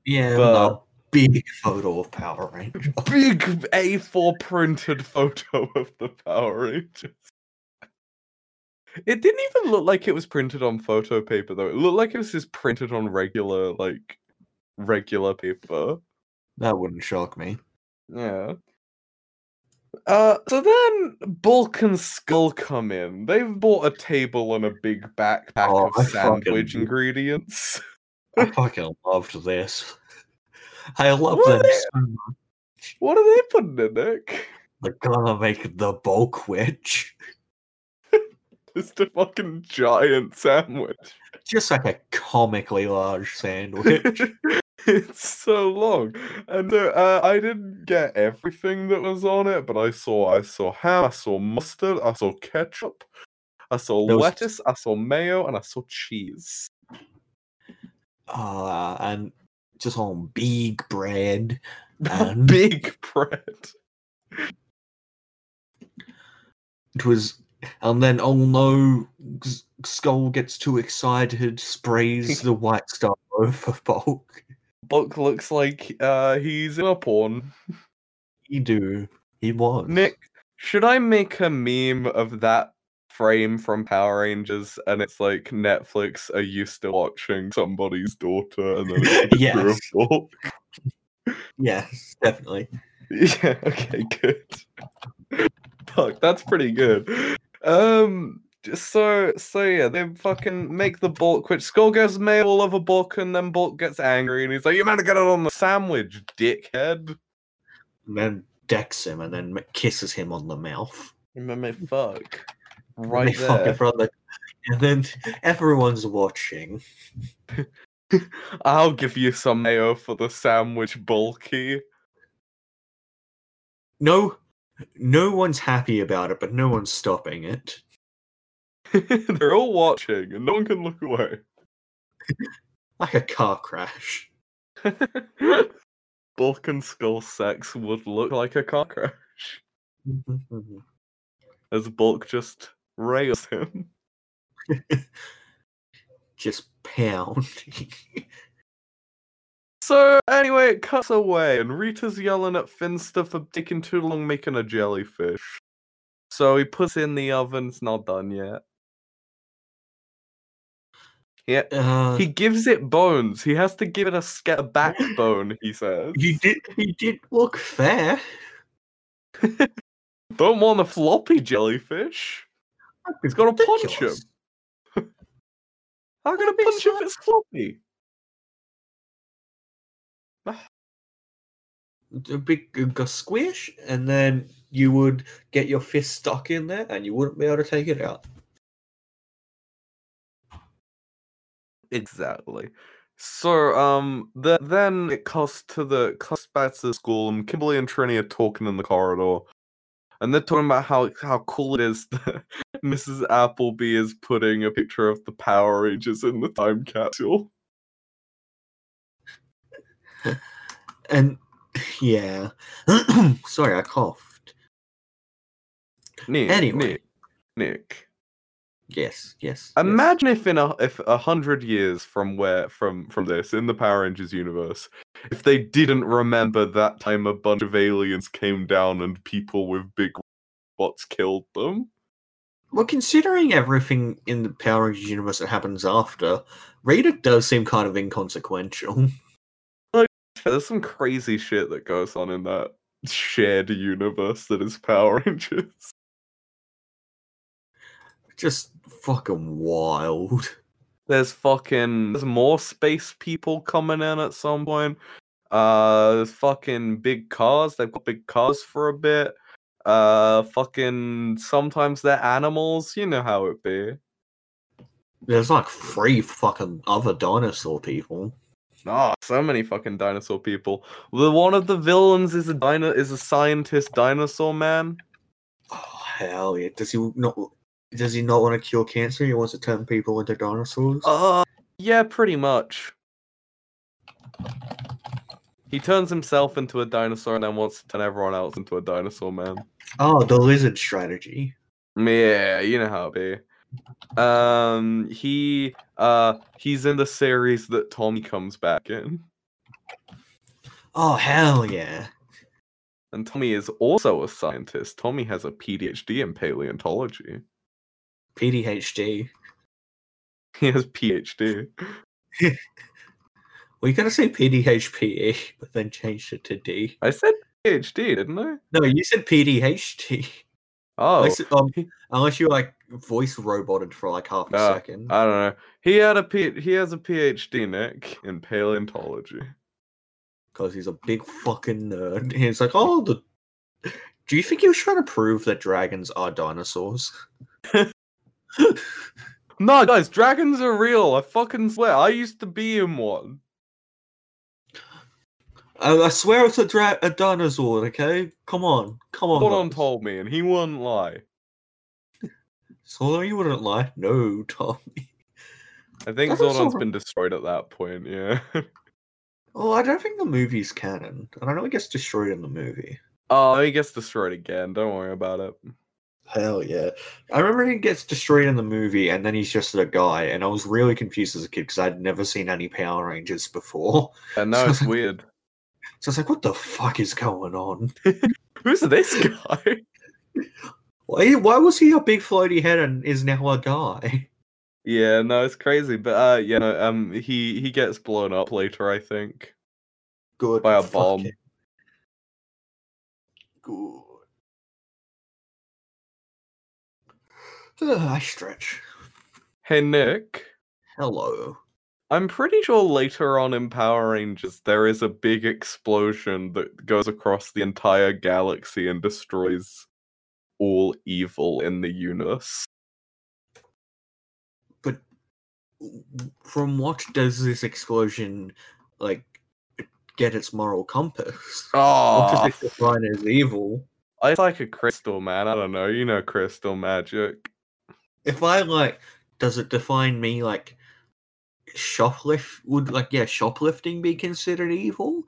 Speaker 3: yeah, with
Speaker 2: but-
Speaker 3: a big photo of Power Ranger.
Speaker 2: Big A4 printed photo [LAUGHS] of the Power Rangers. It didn't even look like it was printed on photo paper, though. It looked like it was just printed on regular, like, regular paper.
Speaker 3: that wouldn't shock me.
Speaker 2: Yeah. Uh, so then Bulk and Skull come in. They've bought a table and a big backpack
Speaker 3: Oh, I
Speaker 2: of
Speaker 3: fucking-
Speaker 2: sandwich ingredients. [LAUGHS]
Speaker 3: I fucking loved this. I love
Speaker 2: Were
Speaker 3: them
Speaker 2: they-
Speaker 3: so much.
Speaker 2: What are they putting in, Nick? [LAUGHS]
Speaker 3: They're gonna make the bulk witch.
Speaker 2: Just a fucking giant sandwich.
Speaker 3: Just like a comically large sandwich.
Speaker 2: [LAUGHS] it's so long, and uh, uh, I didn't get everything that was on it, but I saw I saw ham, I saw mustard, I saw ketchup, I saw
Speaker 3: There was-
Speaker 2: lettuce, I saw mayo, and I saw cheese. [LAUGHS]
Speaker 3: uh, and just on big bread. Um,
Speaker 2: Big bread.
Speaker 3: It was, and then oh no, S- Skull gets too excited,
Speaker 2: [LAUGHS]
Speaker 3: sprays the white stuff over [LAUGHS] Bulk.
Speaker 2: Buck looks like uh, he's in a porn.
Speaker 3: He do. He was.
Speaker 2: Nick, should I make a meme of that frame from Power Rangers and it's like Netflix are used to watching somebody's daughter and then it's a picture of
Speaker 3: Yes.
Speaker 2: Bulk?
Speaker 3: Yes, definitely.
Speaker 2: [LAUGHS] Yeah, okay, good. Fuck, that's pretty good. Um j- so so yeah, they fucking make the bulk which Skull gets mail all over bulk and then bulk gets angry and he's like, You meant to get it on the sandwich, dickhead.
Speaker 3: And then decks him and then m- kisses him on the mouth.
Speaker 2: And then they fuck.
Speaker 3: And
Speaker 2: Right
Speaker 3: they fuck in
Speaker 2: there.
Speaker 3: front of the- And then everyone's watching.
Speaker 2: I'll give you some mayo for the sandwich bulky. [LAUGHS]
Speaker 3: No, no one's happy about it, but no one's stopping it.
Speaker 2: They're all watching and no one can look away.
Speaker 3: Like a car crash.
Speaker 2: [LAUGHS]
Speaker 3: [LAUGHS]
Speaker 2: bulk and skull sex would look like a car crash. as Bulk just rails him.
Speaker 3: Just pound.
Speaker 2: So anyway, it cuts away, and Rita's yelling at Finster for taking too long making a jellyfish. So he puts it in the oven. It's not done yet. Yeah,
Speaker 3: [LAUGHS] uh,
Speaker 2: he gives it bones. He has to give it a, ske- a backbone. He says,
Speaker 3: You did. You did look fair.
Speaker 2: "Don't want a floppy jellyfish. It's got a punch him.
Speaker 3: Ridiculous.
Speaker 2: How can a punch if it's floppy?"
Speaker 3: A big a g- squish, and then you would get your fist stuck in there, and you wouldn't be able to take it out.
Speaker 2: Exactly. So, um, th- then it cuts to the cuts back to the school, and Kimberly and Trini are talking in the corridor, and they're talking about how how cool it is [LAUGHS] that Mrs. Appleby is putting a picture of the Power Rangers in the time capsule.
Speaker 3: And [LAUGHS] yeah, [CLEARS THROAT] sorry, I coughed.
Speaker 2: Nick,
Speaker 3: Anyway.
Speaker 2: Nick, Nick,
Speaker 3: Yes, yes. yes.
Speaker 2: Imagine if in a if a hundred years from where from from this in the Power Rangers universe, if they didn't remember that time a bunch of aliens came down and people with big robots killed them.
Speaker 3: Well, considering everything in the Power Rangers universe that happens after, Rita does seem kind of inconsequential. [LAUGHS]
Speaker 2: There's some crazy shit that goes on in that shared universe that is Power Rangers.
Speaker 3: Just fucking wild.
Speaker 2: There's fucking there's more space people coming in at some point. Uh there's fucking big cars. They've got big cars for a bit. Uh fucking sometimes they're animals, you know how it be.
Speaker 3: There's like three fucking other dinosaur people.
Speaker 2: Ah, so many fucking dinosaur people. The one of the villains is a dino is a scientist dinosaur man.
Speaker 3: Oh hell yeah! Does he not? Does he not want to cure cancer? He wants to turn people into dinosaurs.
Speaker 2: Uh yeah, pretty much. He turns himself into a dinosaur and then wants to turn everyone else into a dinosaur man.
Speaker 3: oh, the lizard strategy.
Speaker 2: Yeah, you know how it be. Um, he uh he's in the series that Tommy comes back in,
Speaker 3: Oh hell yeah!
Speaker 2: and Tommy is also a scientist. Tommy has a PhD in paleontology. [LAUGHS]
Speaker 3: PDHD.
Speaker 2: He has PhD.
Speaker 3: Well, you gotta say PDHPE, E, but then changed it to D.
Speaker 2: I said PhD, didn't I?
Speaker 3: No, you said PDHT.
Speaker 2: Oh,
Speaker 3: Unless, um, unless you like voice roboted for like half a
Speaker 2: Ah,
Speaker 3: second.
Speaker 2: I don't know. He had a P- he has a PhD, Nick, in paleontology.
Speaker 3: because he's a big fucking nerd. [LAUGHS] And he's like, oh, the... do you think he was trying to prove that dragons are dinosaurs?
Speaker 2: No, guys, dragons are real. I fucking swear. I used to be in one.
Speaker 3: I, I swear it's a, dra- a dinosaur, okay? Come on, come on.
Speaker 2: Someone
Speaker 3: guys.
Speaker 2: told me, and he wouldn't lie.
Speaker 3: So you wouldn't lie? No, [LAUGHS] Tommy.
Speaker 2: I think
Speaker 3: That's also
Speaker 2: Zordon's
Speaker 3: r-
Speaker 2: been destroyed at that point. Yeah. [LAUGHS]
Speaker 3: Well, Oh, I don't think the movie's canon. And I know it gets destroyed in the movie.
Speaker 2: oh, he gets destroyed again. Don't worry about it.
Speaker 3: Hell yeah. I remember he gets destroyed in the movie and then he's just a guy. And I was really confused as a kid because I'd never seen any Power Rangers before. [LAUGHS]
Speaker 2: And now [LAUGHS] it's weird.
Speaker 3: So I was like, what the fuck is going on?
Speaker 2: Who's this [LAUGHS] guy?
Speaker 3: Why, why was he a big floaty head and is now a guy? [LAUGHS]
Speaker 2: yeah, no, it's crazy. But uh, yeah, no, um, he he gets blown up later. I think.
Speaker 3: Good.
Speaker 2: By a
Speaker 3: fuck
Speaker 2: bomb.
Speaker 3: it. Good. Ugh, I stretch.
Speaker 2: Hey, Nick.
Speaker 3: Hello.
Speaker 2: I'm pretty sure later on in Power Rangers there is a big explosion that goes across the entire galaxy and destroys all evil in the universe.
Speaker 3: But from what does this explosion, like, get its moral compass? What does
Speaker 2: Oh,
Speaker 3: it define as evil?
Speaker 2: it's like a crystal, man. I don't know. You know crystal magic.
Speaker 3: If I, like, does it define me, like, shoplift? Would, like, yeah, shoplifting be considered evil?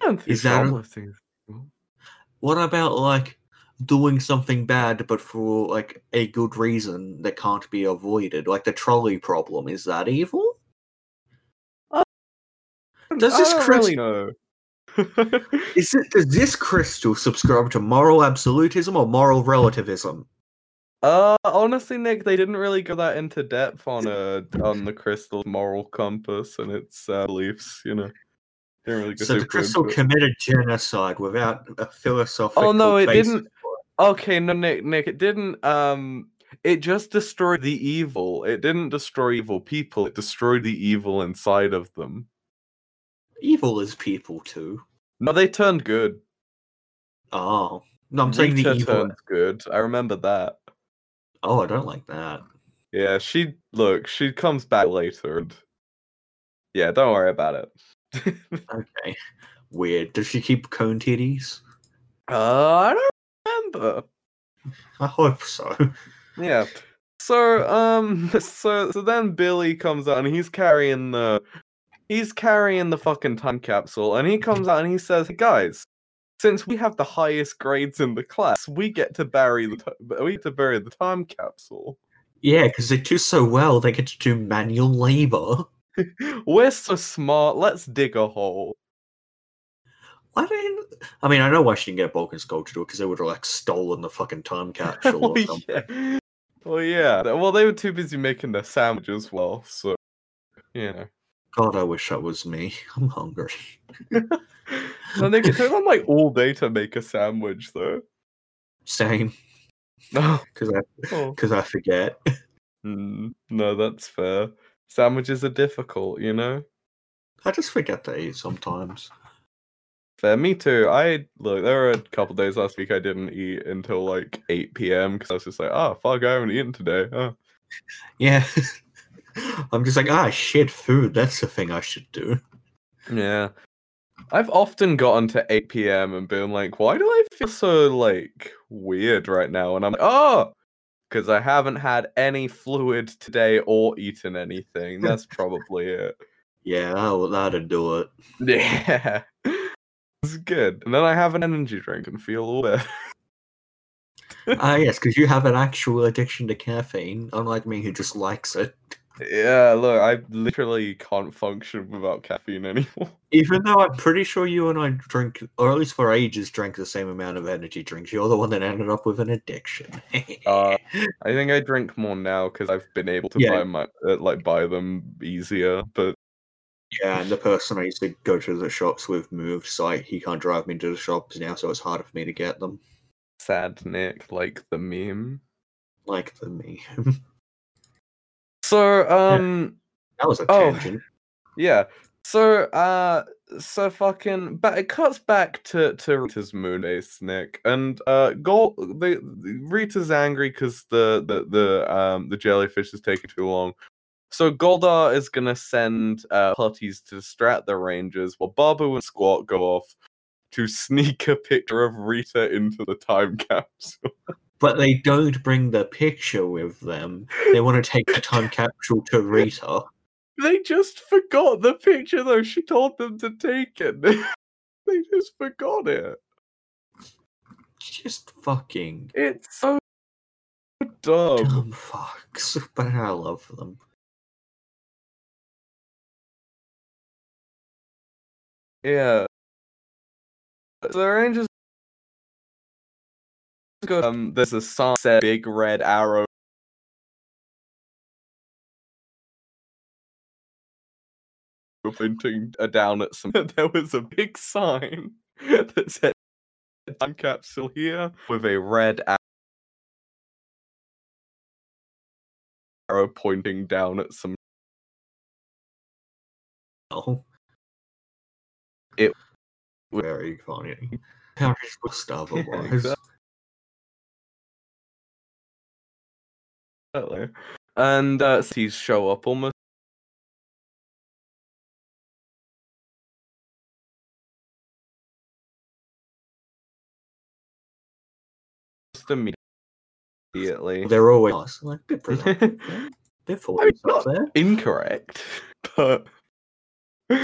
Speaker 2: I don't think
Speaker 3: Is that a-
Speaker 2: shoplifting-
Speaker 3: What about like doing something bad but for like a good reason that can't be avoided? Like the trolley problem, is that evil? Does
Speaker 2: I
Speaker 3: this
Speaker 2: don't Oh,
Speaker 3: [LAUGHS]
Speaker 2: really know.
Speaker 3: Is it does this crystal subscribe to moral absolutism or moral relativism?
Speaker 2: Uh, honestly, Nick, they didn't really go that into depth on a on the crystal's moral compass and its uh, beliefs. You know, didn't really go
Speaker 3: So the
Speaker 2: super
Speaker 3: crystal
Speaker 2: into it.
Speaker 3: committed genocide without a philosophical.
Speaker 2: Oh, no, it
Speaker 3: basis
Speaker 2: didn't-
Speaker 3: for it.
Speaker 2: Okay, no, Nick, Nick, it didn't. Um, it just destroyed the evil. It didn't destroy evil people. It destroyed the evil inside of them.
Speaker 3: Evil is people too.
Speaker 2: No, they turned good.
Speaker 3: Oh. No, I'm saying the
Speaker 2: Rita
Speaker 3: evil.
Speaker 2: turned good. I remember that.
Speaker 3: Oh, I don't like that.
Speaker 2: Yeah, she look. She comes back later. And... Yeah, don't worry about it.
Speaker 3: Okay. Weird. Does she keep cone titties?
Speaker 2: Uh, I don't remember.
Speaker 3: I hope so. [LAUGHS]
Speaker 2: Yeah. So um [LAUGHS] so so then Billy comes out and he's carrying the he's carrying the fucking time capsule and he comes out and he says, "Hey, guys, since we have the highest grades in the class, we get to bury the t- we get to bury the time capsule.
Speaker 3: Yeah, because they do so well, they get to do manual labor.
Speaker 2: We're so smart. Let's dig a hole. [LAUGHS]
Speaker 3: Why didn't? I mean, I know why she didn't get Balkan Skull to do it because they would have like stolen the fucking time
Speaker 2: [LAUGHS]
Speaker 3: capsule.
Speaker 2: Oh
Speaker 3: or something.
Speaker 2: yeah. Well, yeah. Well, they were too busy making their sandwiches. Well, so you know.
Speaker 3: God, I wish that was me. I'm hungry.
Speaker 2: And they could take them like all day to make a sandwich, though.
Speaker 3: Same,
Speaker 2: No.
Speaker 3: because I
Speaker 2: [LAUGHS] Oh.
Speaker 3: because I forget. [LAUGHS]
Speaker 2: Mm, no, that's fair. Sandwiches are difficult, you know.
Speaker 3: I just forget to eat sometimes.
Speaker 2: Fair. Me too. I look. There were a couple days last week I didn't eat until like 8 p.m. because I was just like, oh fuck, I haven't eaten today. Ah. huh."
Speaker 3: Yeah, [LAUGHS] I'm just like ah shit, food. That's the thing I should do.
Speaker 2: Yeah. I've often gotten to 8 p.m. and been like, why do I feel so like weird right now? And I'm like, oh, because I haven't had any fluid today or eaten anything. [LAUGHS] That's probably it.
Speaker 3: Yeah, that'll, that'll do it.
Speaker 2: [LAUGHS] Yeah. It's good. And then I have an energy drink and feel all [LAUGHS] better.
Speaker 3: Ah, yes, because you have an actual addiction to caffeine, unlike me who just likes it.
Speaker 2: yeah, look, I literally can't function without caffeine anymore. [LAUGHS]
Speaker 3: Even though I'm pretty sure you and I drink, or at least for ages, drank the same amount of energy drinks, you're the one that ended up with an addiction. [LAUGHS]
Speaker 2: Uh, I think I drink more now because I've been able to
Speaker 3: Yeah.
Speaker 2: buy my uh, like buy them easier. But
Speaker 3: yeah, and the person I used to go to the shops with moved, so I, he can't drive me to the shops now, so it's harder for me to get them.
Speaker 2: sad Nick, like the meme.
Speaker 3: Like the me. [LAUGHS]
Speaker 2: So um
Speaker 3: that was a
Speaker 2: Oh.
Speaker 3: tangent.
Speaker 2: yeah. So uh so fucking but it cuts back to to Rita's moon ace Nick and uh goal the, the- Rita's angry cuz the, the the um the jellyfish is taking too long. So Goldar is going to send uh putties to distract the rangers while Babu and Squat go off to [LAUGHS] sneak a picture of Rita into the time capsule. [LAUGHS]
Speaker 3: But they don't bring the picture with them. They want to take the time capsule to Rita.
Speaker 2: They just forgot the picture though. She told them to take it. [LAUGHS] they just forgot it.
Speaker 3: Just fucking
Speaker 2: It's so dumb.
Speaker 3: dumb fucks. [LAUGHS] But I love them.
Speaker 2: Yeah. So the Rangers go. Um, there's a sign that said big red arrow. Pointing uh, down at some. [LAUGHS] There was a big sign that said time capsule here with a red a- arrow pointing down at some
Speaker 3: Oh.
Speaker 2: It-
Speaker 3: very funny. How is Gustavo
Speaker 2: Yeah,
Speaker 3: was?
Speaker 2: exactly. Hello. And uh, cities show up almost. Just immediately.
Speaker 3: They're always nice, like good for
Speaker 2: [LAUGHS]
Speaker 3: them. They're full
Speaker 2: I mean,
Speaker 3: of themselves
Speaker 2: not-
Speaker 3: there.
Speaker 2: Incorrect. But.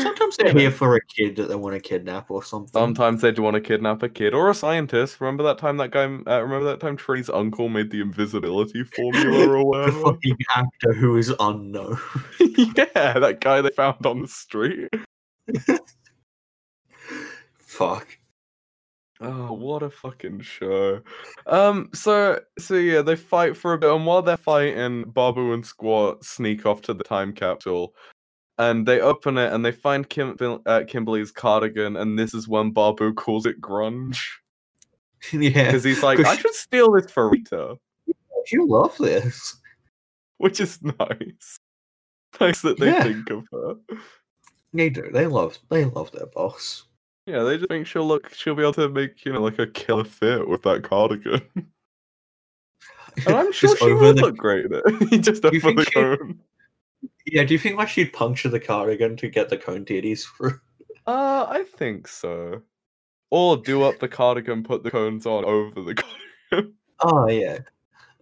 Speaker 3: Sometimes eh? they're
Speaker 2: Yeah.
Speaker 3: here for a kid that they want to kidnap or something.
Speaker 2: [LAUGHS] Sometimes they do want to kidnap a kid or a scientist. Remember that time that guy? Uh, remember that time Tree's uncle made
Speaker 3: [LAUGHS]
Speaker 2: the invisibility formula or
Speaker 3: the
Speaker 2: whatever?
Speaker 3: fucking actor who is unknown.
Speaker 2: [LAUGHS]
Speaker 3: [LAUGHS]
Speaker 2: yeah, that guy they found on the street.
Speaker 3: Fuck.
Speaker 2: Oh, what a fucking show. Um, so so yeah, they fight for a bit, and while they're fighting, Babu and Squat sneak off to the time capsule. And they open it and they find Kim- uh, Kimberly's cardigan, and this is when Babu calls it grunge. [LAUGHS]
Speaker 3: yeah,
Speaker 2: Because he's like,
Speaker 3: 'Cause
Speaker 2: I
Speaker 3: she-
Speaker 2: should steal this for Rita,
Speaker 3: you love this.
Speaker 2: which is nice. [LAUGHS] Nice that they
Speaker 3: Yeah.
Speaker 2: think of her.
Speaker 3: They do. They love. They love their boss.
Speaker 2: Yeah, they just think she'll look, she'll be able to make, you know, like a killer fit with that cardigan. And [LAUGHS]
Speaker 3: [LAUGHS]
Speaker 2: I'm sure
Speaker 3: Just
Speaker 2: she
Speaker 3: over
Speaker 2: would
Speaker 3: the-
Speaker 2: look great in it. [LAUGHS] Just over
Speaker 3: You
Speaker 2: the
Speaker 3: think she-
Speaker 2: cone.
Speaker 3: Yeah. Do you think like she'd puncture the cardigan to get the cone titties through?
Speaker 2: Uh, I think so. Or do up the cardigan, put the cones on over the cardigan.
Speaker 3: Oh yeah.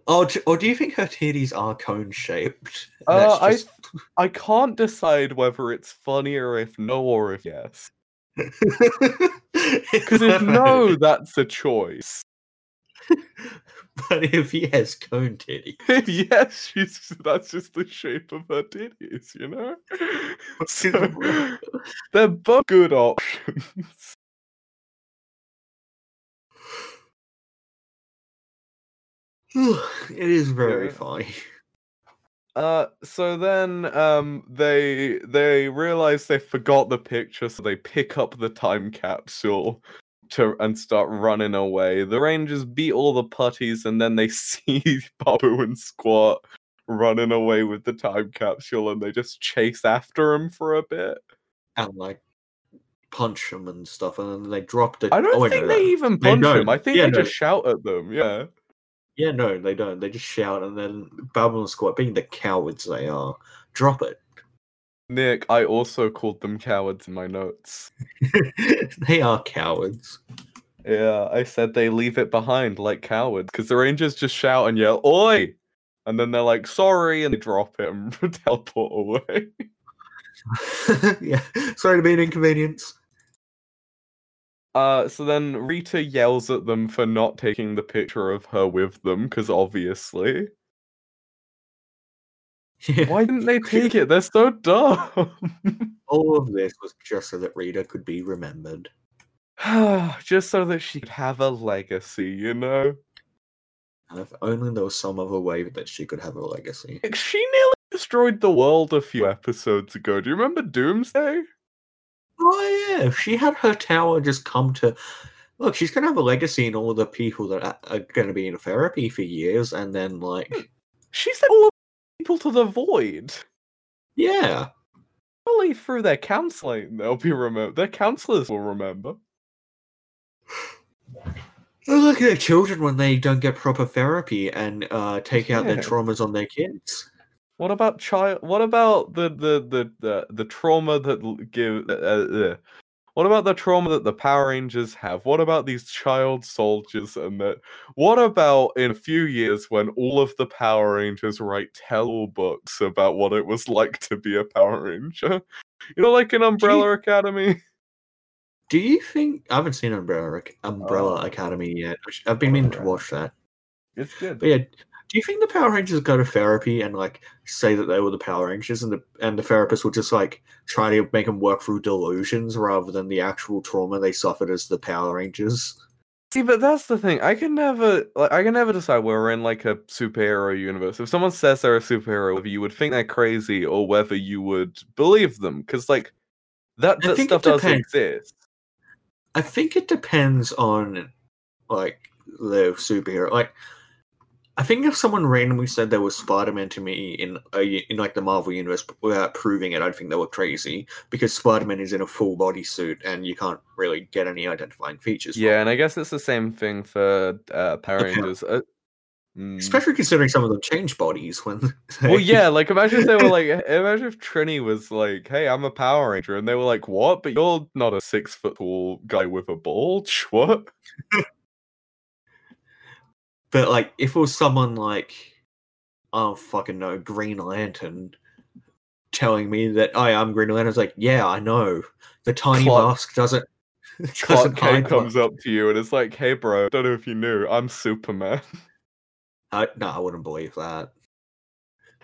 Speaker 3: Oh, d- or do you think her titties are cone shaped?
Speaker 2: Uh, I, I can't decide whether it's funnier if no or if yes.
Speaker 3: [LAUGHS]
Speaker 2: [LAUGHS] Because if no, that's a choice.
Speaker 3: But if he has cone titty,
Speaker 2: yes, she's that's just the shape of her titties, you know? [LAUGHS] So, they're both good options.
Speaker 3: it is very
Speaker 2: Yeah.
Speaker 3: funny.
Speaker 2: Uh, so then um they they realize they forgot the picture, so they pick up the time capsule to and start running away. The Rangers beat all the putties, and then they [LAUGHS] see Babu and Squat running away with the time capsule, and they just chase after him for a bit.
Speaker 3: And like punch him and stuff, and then they dropped it.
Speaker 2: I don't
Speaker 3: oh, wait, no,
Speaker 2: think
Speaker 3: no.
Speaker 2: they even punch him.
Speaker 3: don't.
Speaker 2: I think
Speaker 3: Yeah,
Speaker 2: they
Speaker 3: no.
Speaker 2: just shout at them. Yeah.
Speaker 3: Yeah, no, they don't. They just shout, and then Babylon Squad, being the cowards they are, drop it.
Speaker 2: Nick, I also called them cowards in my notes.
Speaker 3: [LAUGHS] they are cowards. [LAUGHS]
Speaker 2: Yeah, I said they leave it behind like cowards because the Rangers just shout and yell, Oi! And then they're like, Sorry, and they drop it and [LAUGHS] teleport away.
Speaker 3: yeah, sorry to be an inconvenience. [LAUGHS]
Speaker 2: Uh, so then Rita yells at them for not taking the picture of her with them because obviously.
Speaker 3: Yeah,
Speaker 2: Why didn't they take it? They're so dumb. [SIGHS]
Speaker 3: all of this was just so that Rita could be remembered.
Speaker 2: just so that she could have a legacy, you know?
Speaker 3: And if only there was some other way that she could have a legacy.
Speaker 2: Like, She nearly destroyed the world a few episodes ago. Do you remember Doomsday?
Speaker 3: Oh yeah, if she had her tower just come to look, she's gonna have a legacy in all the people that are, are gonna be in therapy for years, and then like,
Speaker 2: She sent all of the people to the void.
Speaker 3: yeah,
Speaker 2: Only through their counseling, they'll be remember. Their counselors will remember.
Speaker 3: Oh, look at their children when they don't get proper therapy and uh, take out their
Speaker 2: Yeah.
Speaker 3: traumas on their kids.
Speaker 2: What about child? What about the the the the, the trauma that l- give? Uh, uh, uh, what about the trauma that the Power Rangers have? What about these child soldiers and that? What about in a few years when all of the Power Rangers write tell books about what it was like to be a Power Ranger? You know, like an Umbrella Academy.
Speaker 3: Do you think I haven't seen Umbrella Ac- Umbrella
Speaker 2: Oh.
Speaker 3: Academy yet? I sh- I've been meaning to watch that.
Speaker 2: It's good.
Speaker 3: But yeah, do you think the Power Rangers go to therapy and like say that they were the Power Rangers, and the and the therapist will just like try to make them work through delusions rather than the actual trauma they suffered as the Power Rangers?
Speaker 2: See, but that's the thing. I can never, like, I can never decide whether we're in like a superhero universe. If someone says they're a superhero, whether you would think they're crazy or whether you would believe them, because like that,
Speaker 3: I
Speaker 2: that
Speaker 3: think it
Speaker 2: stuff does
Speaker 3: depends.
Speaker 2: exist.
Speaker 3: I think it depends on like the superhero. Like, I think if someone randomly said they were Spider Man to me in a, in like the Marvel universe without proving it, I'd think they were crazy because Spider Man is in a full body suit and you can't really get any identifying features. from
Speaker 2: Yeah,
Speaker 3: it.
Speaker 2: and I guess it's the same thing for uh, Power
Speaker 3: Okay.
Speaker 2: Rangers. Uh, mm.
Speaker 3: especially considering some of them change bodies when. [LAUGHS]
Speaker 2: well, yeah, like imagine if they were like, imagine if Trini was like, "Hey, I'm a Power Ranger," and they were like, "What? But you're not a six foot tall guy with a bulge? [LAUGHS] What?"
Speaker 3: But like, if it was someone like, I don't fucking know, Green Lantern, telling me that I am Green Lantern, I was like, yeah, I know. The tiny
Speaker 2: Clark-
Speaker 3: mask doesn't. [LAUGHS]
Speaker 2: Clark
Speaker 3: doesn't
Speaker 2: Kent
Speaker 3: hide my-
Speaker 2: comes up to you and it's like, "Hey, bro, don't know if you knew, I'm Superman." [LAUGHS]
Speaker 3: [LAUGHS] I, no, I wouldn't believe that.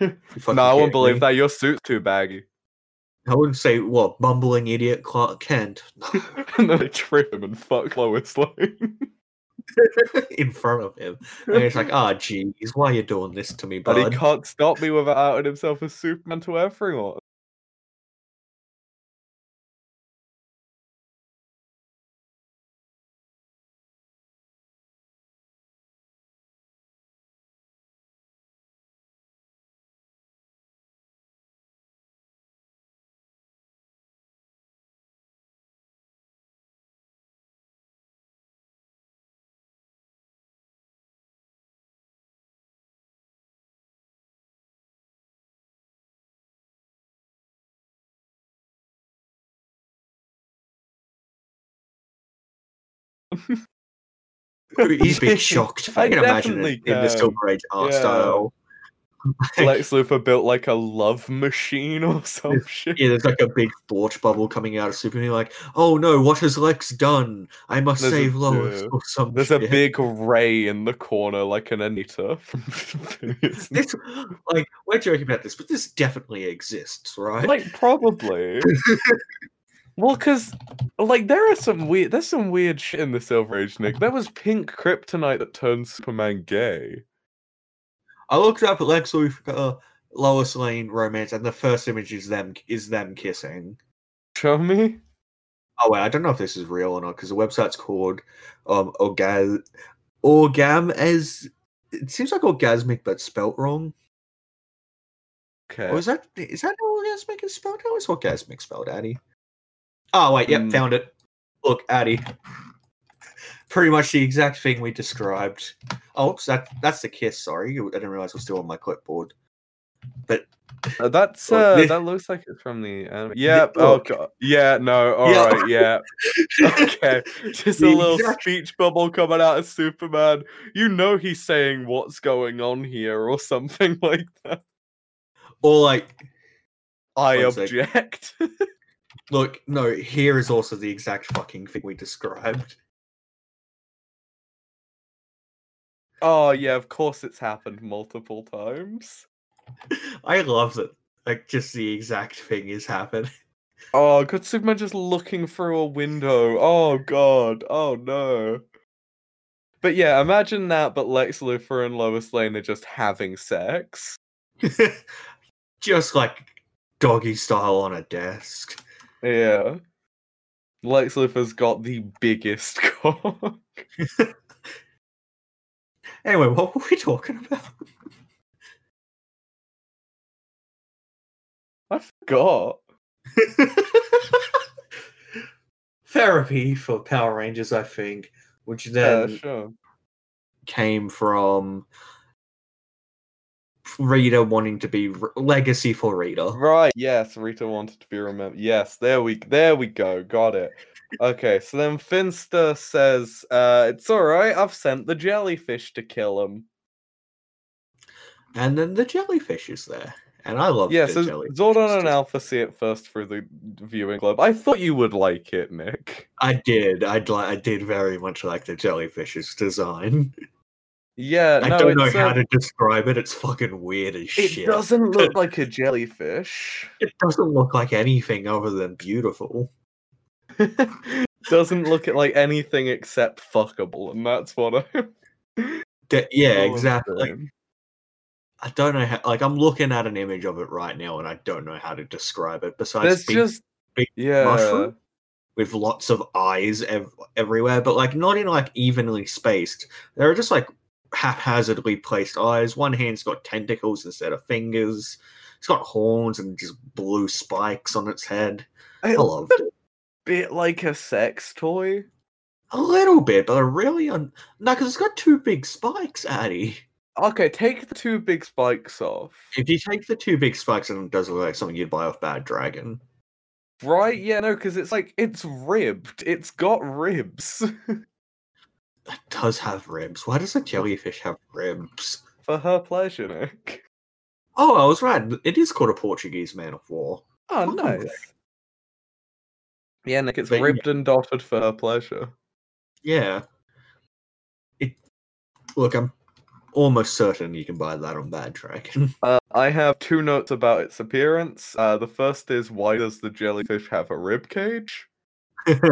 Speaker 2: no, I wouldn't believe that. Your suit's too baggy. [LAUGHS]
Speaker 3: I wouldn't say what bumbling idiot Clark Kent [LAUGHS]
Speaker 2: and then they trip him and fuck Lois [LAUGHS] Lane.
Speaker 3: in front of him, and it's like, ah, jeez, why are you doing this to me,
Speaker 2: but
Speaker 3: bud?
Speaker 2: he can't stop me without outing himself as Superman to everyone.
Speaker 3: He's been shocked.
Speaker 2: I
Speaker 3: I can imagine
Speaker 2: definitely
Speaker 3: it in the
Speaker 2: can.
Speaker 3: Silver Age art
Speaker 2: [LAUGHS] Yeah.
Speaker 3: style.
Speaker 2: Lex Luthor built like a love
Speaker 3: [LAUGHS]
Speaker 2: machine or some shit.
Speaker 3: Yeah, there's like a big thought bubble coming out of Superman, like, oh no, what has Lex done? I must
Speaker 2: There's a-
Speaker 3: save Lois
Speaker 2: yeah.
Speaker 3: or something.
Speaker 2: There's a big ray in the corner, like an Anita. from- [LAUGHS]
Speaker 3: This, like, we're joking about this, but this definitely exists,
Speaker 2: [LAUGHS]
Speaker 3: right?
Speaker 2: like probably. [LAUGHS] well, because like there are some weird, there's some weird shit in the Silver Age, Nick. There was pink kryptonite that turned Superman gay.
Speaker 3: I looked up Lex Luthor, uh, Lois Lane romance, and the first image is them is them kissing.
Speaker 2: Show me.
Speaker 3: Oh wait, I don't know if this is real or not because the website's called um orgas orgam as it seems like orgasmic but spelt wrong.
Speaker 2: Okay.
Speaker 3: Or Oh, is that is that how orgasmic is spelled? How is orgasmic spelled, Addy? Oh wait, yep,
Speaker 2: Mm.
Speaker 3: found it. Look, Addy. Pretty much the exact thing we described. Oh, oops, that that's the kiss. Sorry, I didn't realize it was still on my clipboard. [LAUGHS]
Speaker 2: Uh, That's
Speaker 3: Look,
Speaker 2: uh,
Speaker 3: this-
Speaker 2: that looks like it's from the anime. Yep. Oh
Speaker 3: look.
Speaker 2: god. Yeah. No. All
Speaker 3: Yeah.
Speaker 2: right. [LAUGHS] Yeah. [LAUGHS] Okay. Just a
Speaker 3: The
Speaker 2: little
Speaker 3: exact-
Speaker 2: speech bubble coming out of Superman. You know he's saying what's going on here or something [LAUGHS] like that.
Speaker 3: or like
Speaker 2: I
Speaker 3: One sec.
Speaker 2: object. [LAUGHS]
Speaker 3: Look, no, here is also the exact fucking thing we described. [LAUGHS]
Speaker 2: oh yeah. Of course it's happened multiple times.
Speaker 3: I love that, like, just the exact thing is happening. [LAUGHS]
Speaker 2: Oh god. Superman just looking through a window. Oh god. Oh no. But yeah, imagine that. But Lex Luthor and Lois Lane are just having sex.
Speaker 3: just like doggy style on a desk.
Speaker 2: Yeah. Lex Luthor's got the biggest [LAUGHS] cock.
Speaker 3: Anyway, what were we talking about?
Speaker 2: I forgot.
Speaker 3: Therapy for Power Rangers, I think, which
Speaker 2: Yeah,
Speaker 3: then
Speaker 2: sure.
Speaker 3: Uh, came from Rita wanting to be r legacy for Rita.
Speaker 2: Right. Yes, Rita wanted to be remembered. Yes, there we there we go. Got it. Okay, so then Finster says, uh, it's alright, I've sent the jellyfish to kill him.
Speaker 3: And then the jellyfish is there. And I love
Speaker 2: Yeah,
Speaker 3: the
Speaker 2: so
Speaker 3: jellyfish.
Speaker 2: Zordon and
Speaker 3: Just-
Speaker 2: Alpha see it first through the viewing globe. I thought you would like it, Nick.
Speaker 3: I did. I'd li- I did very much like the jellyfish's design.
Speaker 2: Yeah,
Speaker 3: I
Speaker 2: no,
Speaker 3: don't know
Speaker 2: it's,
Speaker 3: how
Speaker 2: uh,
Speaker 3: to describe it. It's fucking weird as
Speaker 2: it
Speaker 3: shit. [LAUGHS]
Speaker 2: doesn't look like a jellyfish.
Speaker 3: It doesn't look like anything other than beautiful.
Speaker 2: doesn't look at like anything except fuckable, and that's what I'm.
Speaker 3: D- yeah,
Speaker 2: all I'm
Speaker 3: exactly. Like,
Speaker 2: saying.
Speaker 3: I don't know how. Like I'm looking at an image of it right now, and I don't know how to describe it. Besides,
Speaker 2: There's
Speaker 3: big
Speaker 2: just
Speaker 3: big
Speaker 2: yeah,
Speaker 3: mushroom with lots of eyes ev- everywhere, but like not in like evenly spaced. There are just like haphazardly placed eyes. One hand's got tentacles instead of fingers. It's got horns and just blue spikes on its head. I
Speaker 2: It-
Speaker 3: loved it
Speaker 2: bit like a sex toy.
Speaker 3: a little bit, but I really un- no because it's got two big spikes, Addy.
Speaker 2: Okay, take the two big spikes off.
Speaker 3: If you take the two big spikes, and it does look like something you'd buy off Bad Dragon.
Speaker 2: Right? Yeah, no, because it's like it's ribbed. It's got ribs [LAUGHS]
Speaker 3: It does have ribs. Why does a jellyfish have ribs?
Speaker 2: for her pleasure, Nick.
Speaker 3: Oh, I was right. It is called a Portuguese man of war.
Speaker 2: Oh,
Speaker 3: Oh, great.
Speaker 2: nice. Yeah, Nick, it's
Speaker 3: But yeah.
Speaker 2: ribbed and dotted for her pleasure.
Speaker 3: Yeah. It look, I'm almost certain you can buy that on Bad Dragon. [LAUGHS]
Speaker 2: Uh, I have two notes about its appearance. Uh, the first is why does the jellyfish have a rib cage?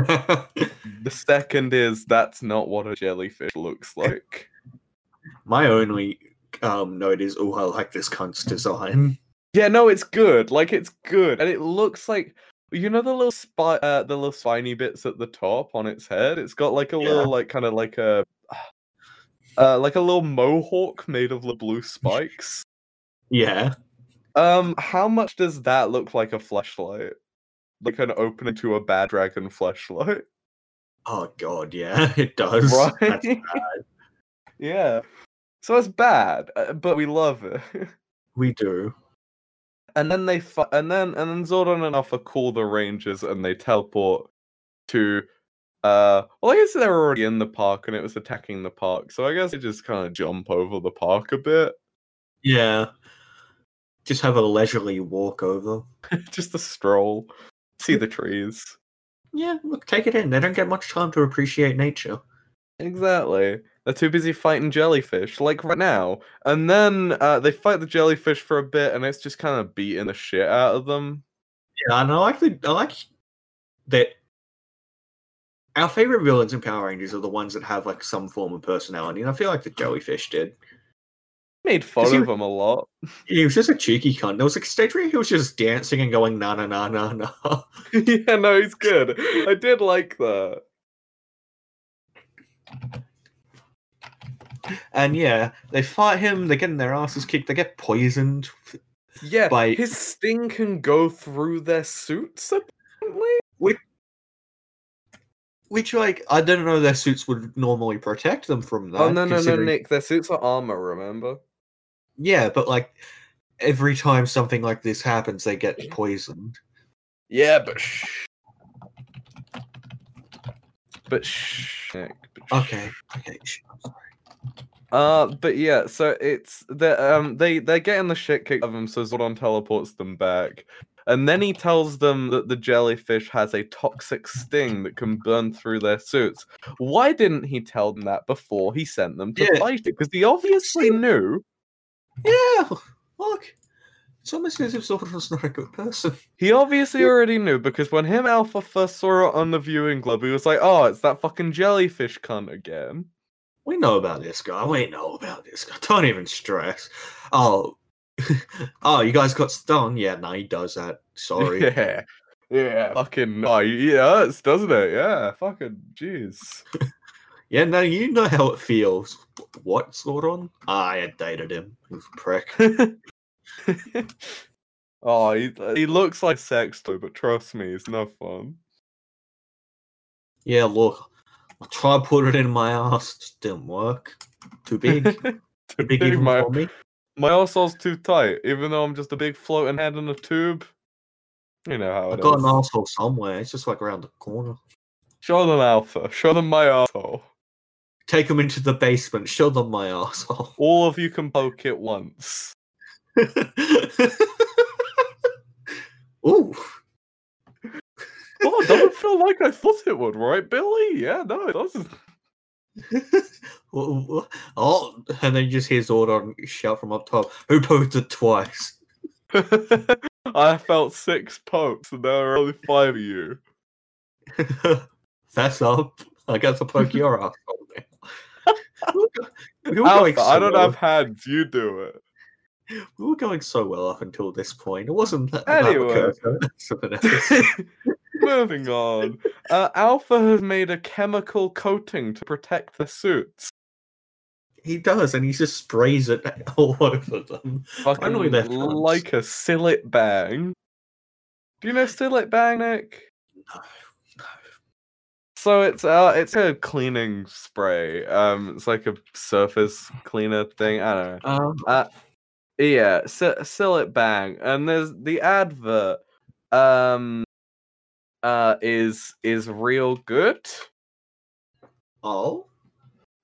Speaker 2: The second is that's not what a jellyfish [LAUGHS] looks like.
Speaker 3: My only um note is oh I like this cunt's design.
Speaker 2: yeah, no, it's good. Like it's good, and it looks like you know the little spy, uh, the little spiny bits at the top on its head. It's got like a
Speaker 3: Yeah.
Speaker 2: little, like kind of like a, [SIGHS] uh, like a little mohawk made of the [LAUGHS] blue spikes.
Speaker 3: Yeah.
Speaker 2: Um, how much does that look like a flashlight? Like an opening to a bad dragon [LAUGHS] flashlight,
Speaker 3: Oh god, yeah, [LAUGHS] it does.
Speaker 2: right?
Speaker 3: That's-
Speaker 2: yeah. So it's bad, uh, but we love it. [LAUGHS]
Speaker 3: we do.
Speaker 2: and then they fu- and then and then Zordon and Alpha call the Rangers and they teleport to uh well I guess they're already in the park and it was attacking the park so I guess they just kind of jump over the park a bit
Speaker 3: Yeah. just have a leisurely walk over.
Speaker 2: [LAUGHS] Just a stroll. See the trees.
Speaker 3: Yeah, look, take it in. They don't get much time to appreciate nature.
Speaker 2: Exactly. They're too busy fighting jellyfish, like right now. And then uh, they fight the jellyfish for a bit, and it's just kind of beating the shit out of them.
Speaker 3: Yeah, and I like the I like that. Our favorite villains in Power Rangers are the ones that have like some form of personality, and I feel like the jellyfish did.
Speaker 2: Made fun
Speaker 3: he-
Speaker 2: of them a lot. [LAUGHS]
Speaker 3: He was just a cheeky cunt. There was like a stage where he was just dancing and going na na na na na. [LAUGHS]
Speaker 2: yeah, no, he's good. I did like that.
Speaker 3: And yeah, they fight him. They're getting their asses kicked. They get poisoned.
Speaker 2: Yeah,
Speaker 3: By-
Speaker 2: his sting can go through their suits. Apparently,
Speaker 3: Which, like, I don't know, their suits would normally protect them from that.
Speaker 2: oh no, no, no,
Speaker 3: considering-
Speaker 2: Nick. Their suits are armor. Remember?
Speaker 3: Yeah, but like, every time something like this happens, they get poisoned.
Speaker 2: Yeah, but shh. But shh. Nick, but shh.
Speaker 3: Okay, okay. sh-
Speaker 2: Uh, but yeah, so it's the um they they're getting the shit kicked out of them, so Zordon teleports them back, and then he tells them that the jellyfish has a toxic sting that can burn through their suits. Why didn't he tell them that before he sent them to
Speaker 3: Yeah.
Speaker 2: fight it? Because he obviously knew.
Speaker 3: Yeah, look. It's almost as if Zordon's not a good person.
Speaker 2: He obviously
Speaker 3: Yeah.
Speaker 2: already knew because when him Alpha first saw it on the viewing club, he was like, "Oh, it's that fucking jellyfish cunt again." [LAUGHS]
Speaker 3: We know about this guy. We know about this guy. Don't even stress. Oh, [LAUGHS] oh, you guys got stung. Yeah, no, he does that. Sorry. [LAUGHS]
Speaker 2: Yeah. Yeah. Fucking. Oh, yeah, it hurts, doesn't it? Yeah. Fucking. Jeez.
Speaker 3: Yeah, no, you know how it feels. What, Zordon? I had dated him. He was a [LAUGHS] prick.
Speaker 2: oh, he, he looks like sex toy, but trust me, it's no fun.
Speaker 3: Yeah, look, I tried to put it in my ass. Just didn't work. [LAUGHS] Too big.
Speaker 2: Too
Speaker 3: Too big
Speaker 2: big,
Speaker 3: even
Speaker 2: my,
Speaker 3: for me.
Speaker 2: [LAUGHS] my arsehole's too tight, even though I'm just a big floating head in a tube. You know how
Speaker 3: I
Speaker 2: it is.
Speaker 3: got an asshole somewhere. It's just like around the corner.
Speaker 2: Show them alpha. Show them my arsehole.
Speaker 3: Take him into the basement. Show them my [LAUGHS] asshole.
Speaker 2: All of you can poke it
Speaker 3: [LAUGHS]
Speaker 2: once.
Speaker 3: [LAUGHS] Ooh.
Speaker 2: Oh, it doesn't feel like I thought it would, right, Billy? Yeah, no, it doesn't.
Speaker 3: Oh, oh, and then you just hear Zordon shout from up top, "Who poked it twice?"
Speaker 2: [LAUGHS] I felt six pokes, and there were only five of you.
Speaker 3: That's up. I got to poke your asshole now. We were go- we were going
Speaker 2: Alpha, I
Speaker 3: so
Speaker 2: don't
Speaker 3: well.
Speaker 2: have hands. You do it.
Speaker 3: We were going so well up until this point. It wasn't that.
Speaker 2: Anyway. [LAUGHS] Moving on. Uh, Alpha has made a chemical coating to protect the suits.
Speaker 3: he does, and he just sprays it all [LAUGHS] over them.
Speaker 2: Fucking
Speaker 3: know their fronts.
Speaker 2: like a sillet bang. Do you know sillet bang, Nick?
Speaker 3: No, no.
Speaker 2: So it's uh, it's a cleaning spray. Um, it's like a surface cleaner thing. I don't know.
Speaker 3: Um,
Speaker 2: Yeah, so Sillet Bang, and there's the advert. Um, uh, is is real good.
Speaker 3: oh,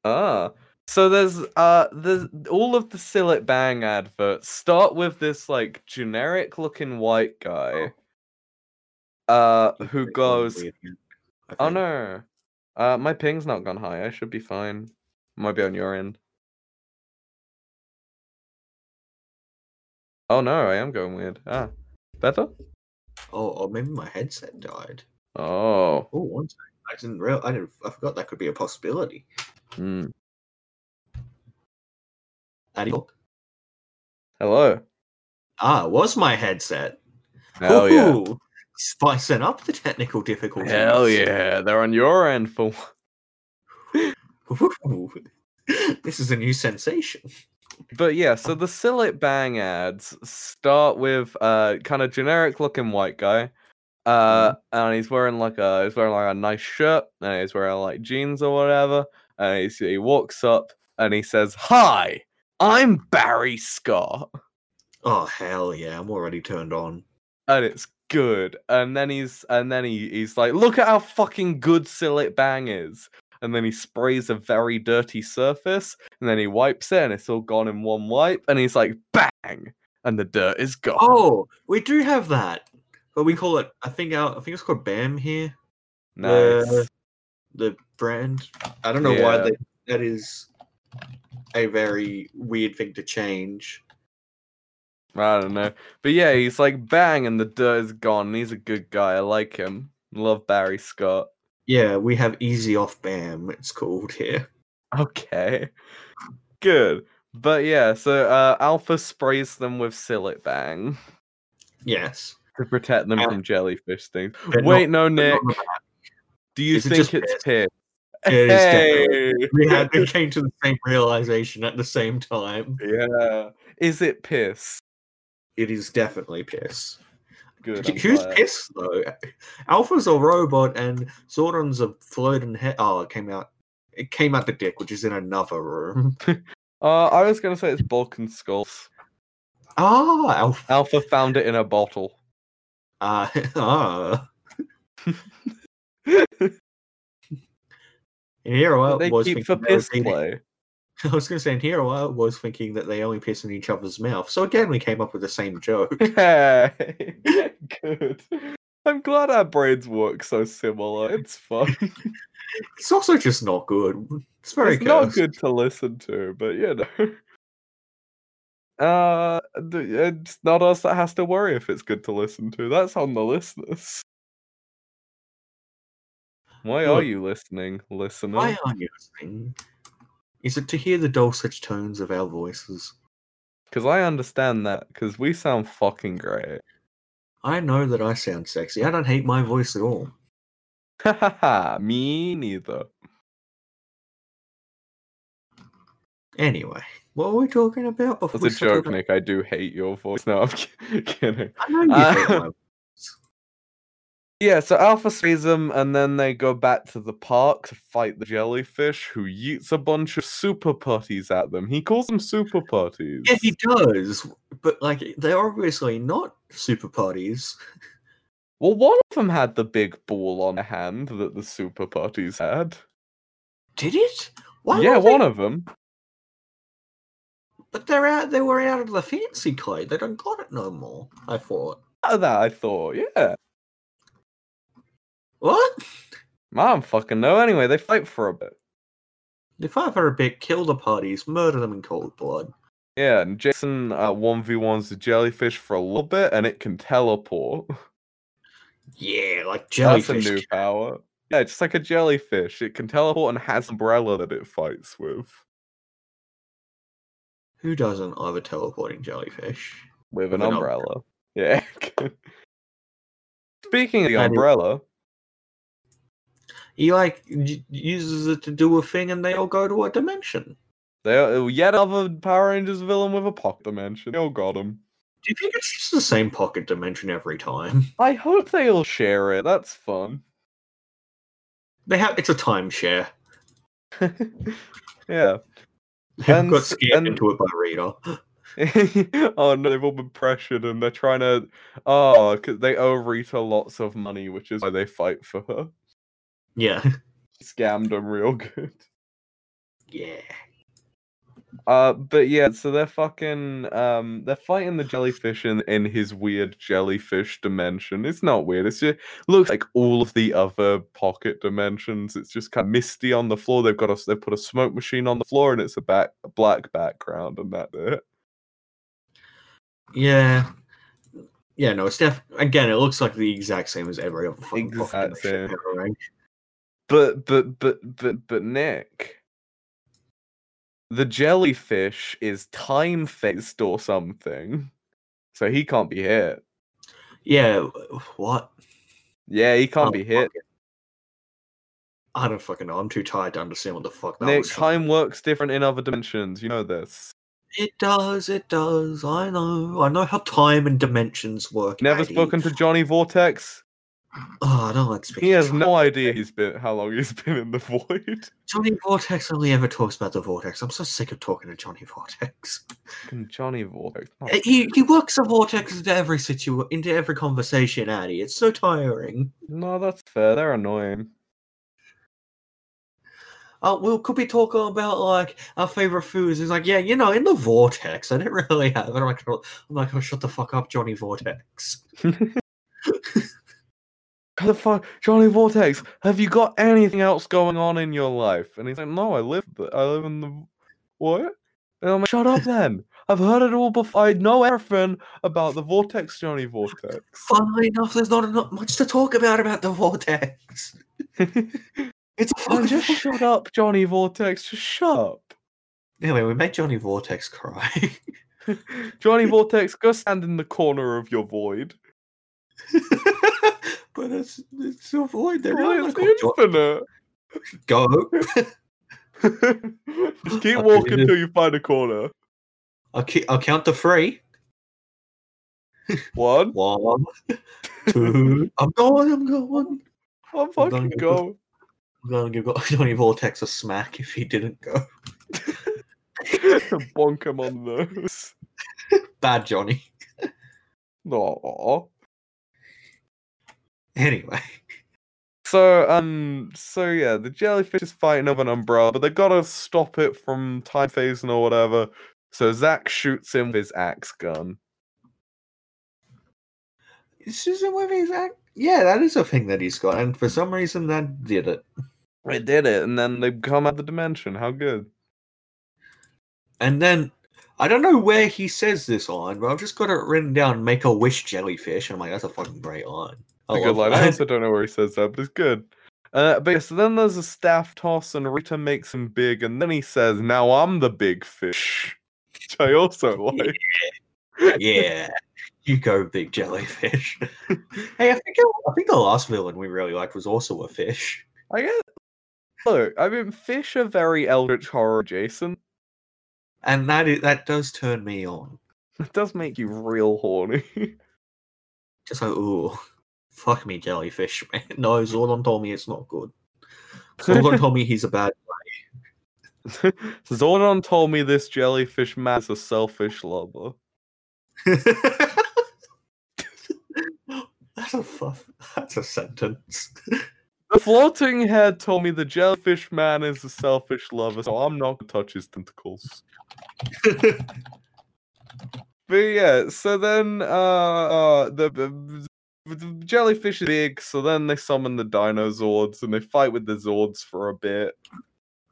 Speaker 2: Ah, so there's uh, there's all of the Sillet Bang adverts start with this like generic looking white guy. Uh, who goes? Oh no, uh, my ping's not gone high. I should be fine. Might be on your end. Oh no, I am going weird. Ah, better.
Speaker 3: Oh, oh, maybe my headset died.
Speaker 2: Oh,
Speaker 3: Oh, one second. I didn't real. I didn't. I forgot that could be a possibility.
Speaker 2: mm.
Speaker 3: And he-
Speaker 2: hello.
Speaker 3: ah, it was my headset.
Speaker 2: Hell yeah.
Speaker 3: Ooh, Spicing up the technical difficulties.
Speaker 2: Hell yeah. They're on your end for once.
Speaker 3: Ooh, [LAUGHS] this is a new sensation.
Speaker 2: But yeah, so the Sillet Bang ads start with uh kind of generic looking white guy. Uh and he's wearing like a he's wearing like a nice shirt and he's wearing like jeans or whatever. And he's, he walks up and he says, Hi, I'm Barry Scott.
Speaker 3: Oh hell yeah! I'm already turned on.
Speaker 2: And it's good. And then he's and then he, he's like, look at how fucking good Sillet Bang is. And then he sprays a very dirty surface, and then he wipes it, and it's all gone in one wipe, and he's like, bang! and the dirt is gone.
Speaker 3: Oh, we do have that, but we call it. I think our, I think it's called BAM here.
Speaker 2: nice.
Speaker 3: the- The brand. I don't know why
Speaker 2: Yeah.
Speaker 3: they, that is a very weird thing to change.
Speaker 2: I don't know. But yeah, he's like bang and the dirt is gone. and He's a good guy. I like him. Love Barry Scott. [LAUGHS]
Speaker 3: Yeah, we have Easy Off BAM. It's called here.
Speaker 2: Okay. Good. But yeah, so uh, Alpha sprays them with Sillet Bang
Speaker 3: Yes.
Speaker 2: to protect them
Speaker 3: Al-
Speaker 2: from jellyfish stings.
Speaker 3: But not-
Speaker 2: Wait, no,
Speaker 3: but
Speaker 2: Nick.
Speaker 3: not the back.
Speaker 2: Do you
Speaker 3: Is it
Speaker 2: think
Speaker 3: just
Speaker 2: it's piss?
Speaker 3: It is definitely-
Speaker 2: Hey!
Speaker 3: we had
Speaker 2: [LAUGHS]
Speaker 3: we came to the same realization at the same time.
Speaker 2: Yeah. Is it piss?
Speaker 3: It is definitely piss.
Speaker 2: Good. I'm
Speaker 3: Who's
Speaker 2: glad.
Speaker 3: piss though? Alpha's a robot, and Zordon's a floating head. Oh, it came out. It came out the dick, which is in another
Speaker 2: [LAUGHS]
Speaker 3: room.
Speaker 2: Uh, I was gonna say it's Balkan skulls.
Speaker 3: Ah, Alpha.
Speaker 2: Alpha found it in a bottle.
Speaker 3: Ah, [LAUGHS]
Speaker 2: [LAUGHS]
Speaker 3: ah. And here I
Speaker 2: What they
Speaker 3: was thinking
Speaker 2: keep for
Speaker 3: they were
Speaker 2: piss
Speaker 3: dating-
Speaker 2: play.
Speaker 3: [LAUGHS] I was going to say, and here I was thinking that they only piss in each other's mouth. So again, we came up with the same
Speaker 2: [LAUGHS]
Speaker 3: joke.
Speaker 2: Hey, [LAUGHS] good. I'm glad our brains work so similar. It's fun.
Speaker 3: It's also just not good. It's very
Speaker 2: it's not
Speaker 3: cursed.
Speaker 2: good to listen to, but you know. [LAUGHS] Uh, th- it's not us that has to worry if it's good to listen to. That's on the listeners. Why are
Speaker 3: Look.
Speaker 2: you listening, listener?
Speaker 3: Why are you listening? Is it to hear the dulcet tones of our voices?
Speaker 2: Because I understand that. Because we sound fucking great. [LAUGHS]
Speaker 3: I know that I sound sexy. I don't hate my voice at all.
Speaker 2: Me neither.
Speaker 3: Anyway, what were we talking about before?
Speaker 2: That's
Speaker 3: we
Speaker 2: a
Speaker 3: started
Speaker 2: joke,
Speaker 3: that?
Speaker 2: Nick. I do hate your voice. No, I'm [LAUGHS] ki- kidding.
Speaker 3: I know you hate
Speaker 2: Uh,
Speaker 3: my
Speaker 2: [LAUGHS] Yeah, so Alpha sees them, and then they go back to the park to fight the jellyfish, who yeets a bunch of super putties at them. He calls them super putties.
Speaker 3: Yeah, he does. But like, they're obviously not super parties.
Speaker 2: Well, one of them had the big ball on a hand that the super putties had.
Speaker 3: Did it? Why
Speaker 2: yeah,
Speaker 3: were they-
Speaker 2: one of them.
Speaker 3: But they're out. They were out of the fancy clothes. They don't got it no more. I thought.
Speaker 2: That I thought, yeah.
Speaker 3: What?
Speaker 2: I don't fucking know. Anyway, they fight for a bit.
Speaker 3: The five are a bit. Kill the parties. Murder them in cold blood.
Speaker 2: Yeah, and Jason uh, 1v1s the jellyfish for a little bit, and it can teleport. [LAUGHS]
Speaker 3: Yeah, like
Speaker 2: That's a
Speaker 3: jellyfish.
Speaker 2: new power. Yeah, just like a jellyfish. It can teleport and has umbrella that it fights with.
Speaker 3: Who doesn't love a teleporting jellyfish?
Speaker 2: With an
Speaker 3: an
Speaker 2: umbrella. [LAUGHS] Yeah. Speaking of the
Speaker 3: That is-
Speaker 2: umbrella,
Speaker 3: He like y- uses it to do a thing, and they all go to a dimension.
Speaker 2: they are oh, yet another Power Rangers villain with a pocket dimension. They all got him.
Speaker 3: Do you think it's just the same pocket dimension every time? [LAUGHS]
Speaker 2: I hope they all share it. That's fun.
Speaker 3: They have. It's a timeshare. [LAUGHS]
Speaker 2: yeah. [LAUGHS]
Speaker 3: They've
Speaker 2: And
Speaker 3: got
Speaker 2: s-
Speaker 3: scared
Speaker 2: and-
Speaker 3: into it by Rita. [LAUGHS]
Speaker 2: oh no, they've all been pressured and they're trying to. Oh, 'cause they owe Rita lots of money, which is why they fight for her.
Speaker 3: Yeah.
Speaker 2: Scammed them real [LAUGHS] good.
Speaker 3: Yeah.
Speaker 2: Uh, but yeah, so they're fucking um, they're fighting the jellyfish in in his weird jellyfish dimension. It's not weird. It's just looks like all of the other pocket dimensions. It's just kind of misty on the floor. They've got a they've put a smoke machine on the floor, and it's a back a black background, and that's it.
Speaker 3: Yeah. Yeah, no, it's def again, it looks like the exact same as every other fucking Pokemon
Speaker 2: Exact
Speaker 3: shit
Speaker 2: same.
Speaker 3: ever, right?
Speaker 2: But but but but but Nick, the jellyfish is time faced or something, so he can't be hit.
Speaker 3: Yeah, w- what?
Speaker 2: Yeah, he can't
Speaker 3: Oh,
Speaker 2: be hit.
Speaker 3: I don't fucking know. I'm too tired to understand what the fuck that
Speaker 2: Nick,
Speaker 3: was. from.
Speaker 2: time works different in other dimensions. You know this.
Speaker 3: It does, it does. I know. I know how time and dimensions work.
Speaker 2: Never
Speaker 3: Addy.
Speaker 2: spoken to Johnny Vortex.
Speaker 3: Oh, I don't like speaking.
Speaker 2: He
Speaker 3: to
Speaker 2: has
Speaker 3: Johnny.
Speaker 2: no idea he's been how long he's been in the void. [LAUGHS]
Speaker 3: Johnny Vortex only ever talks about the vortex. I'm so sick of talking to Johnny Vortex.
Speaker 2: Fucking Johnny Vortex. not
Speaker 3: Uh, He he works a vortex into every situ into every conversation, Addy. It's so tiring.
Speaker 2: No, that's fair. They're annoying.
Speaker 3: oh, we could be talking about like our favorite foods. He's like, yeah, you know, in the vortex. I didn't [LAUGHS] really have it. I'm like, oh, I'm like, oh, shut the fuck up, Johnny Vortex.
Speaker 2: How the fuck, Johnny Vortex? Have you got anything else going on in your life? And he's like, No, I live. th- I live in the what? And I'm like, Shut up, then. I've heard it all before. I know everything about the Vortex,
Speaker 3: [LAUGHS]
Speaker 2: Johnny Vortex.
Speaker 3: Funnily enough, there's not enough, much to talk about about the [LAUGHS] vortex. It's a
Speaker 2: Oh,
Speaker 3: fucking
Speaker 2: just shut up, Johnny Vortex. Just shut up.
Speaker 3: Anyway, we made Johnny Vortex cry. [LAUGHS]
Speaker 2: Johnny Vortex, go stand in the corner of your void.
Speaker 3: but it's it's a void. They're
Speaker 2: Why,
Speaker 3: really
Speaker 2: it's infinite. [LAUGHS]
Speaker 3: go.
Speaker 2: just keep
Speaker 3: I
Speaker 2: walking
Speaker 3: did.
Speaker 2: till you find a corner.
Speaker 3: I'll, ki- I'll count to three.
Speaker 2: One.
Speaker 3: One, [LAUGHS] two. I'm going. I'm going.
Speaker 2: One
Speaker 3: Hold
Speaker 2: fucking
Speaker 3: on, I
Speaker 2: go.
Speaker 3: I'm going to give [LAUGHS] Johnny Vortex a smack if he didn't go.
Speaker 2: to [LAUGHS] bonk him on those.
Speaker 3: Bad Johnny.
Speaker 2: No.
Speaker 3: Anyway, [LAUGHS]
Speaker 2: So um, so yeah, the jellyfish is fighting over an umbrella, but they gotta stop it from time phasing or whatever. So Zack shoots him with his axe gun.
Speaker 3: this isn't with his act. Yeah, that is a thing that he's got, and for some reason that did it.
Speaker 2: It did it, and then they come out of the dimension. How good?
Speaker 3: And then I don't know where he says this line, but I've just got it written down. Make a wish, jellyfish. I'm like, that's a fucking great line. I
Speaker 2: A good
Speaker 3: love
Speaker 2: line. I
Speaker 3: that.
Speaker 2: also don't know where he says that, but it's good. Uh, but yeah, so then there's a staff toss, and Rita makes him big, and then he says, "Now I'm the big fish," which I
Speaker 3: [LAUGHS]
Speaker 2: also like.
Speaker 3: yeah, you go, big
Speaker 2: [LAUGHS]
Speaker 3: jellyfish. hey, I think I think the last villain we really liked was also a fish.
Speaker 2: I guess. Look, I mean, fish are very eldritch horror adjacent. [LAUGHS]
Speaker 3: And that is, that does turn me on.
Speaker 2: It does make you real horny. [LAUGHS]
Speaker 3: Just like, ooh, fuck me, jellyfish, [LAUGHS] man. No, Zordon told me it's not good. Zordon told me he's a bad [LAUGHS]
Speaker 2: Zordon told me this jellyfish man is a selfish lover.
Speaker 3: That's a fuff. That's a sentence. [LAUGHS]
Speaker 2: The floating head told me the jellyfish man is a selfish lover, so I'm not gonna touch his tentacles. But yeah, so then uh, uh the, the, the jellyfish is big, so then they summon the dinosaurs and they fight with the Zords for a bit.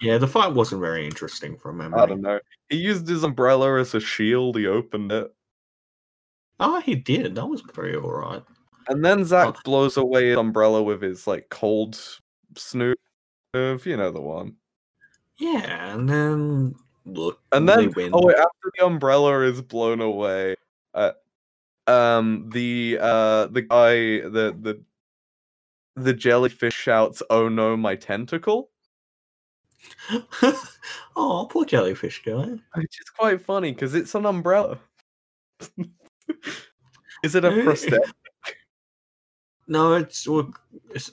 Speaker 3: yeah, the fight wasn't very interesting from memory.
Speaker 2: I don't know. He used his umbrella as a shield. He opened it,
Speaker 3: Oh, he did. That was pretty alright.
Speaker 2: and then Zach blows away his umbrella with his like cold snoop of you know the one.
Speaker 3: Yeah, and then look,
Speaker 2: And
Speaker 3: they
Speaker 2: then
Speaker 3: win.
Speaker 2: oh wait, after the umbrella is blown away, uh, um, the uh the guy the the the jellyfish shouts, "Oh no, my tentacle!"
Speaker 3: [LAUGHS] oh, poor jellyfish guy.
Speaker 2: Which is quite funny because it's an umbrella. [LAUGHS] is it a
Speaker 3: [LAUGHS] Eh.
Speaker 2: prosthetic?
Speaker 3: No, it's look, it's,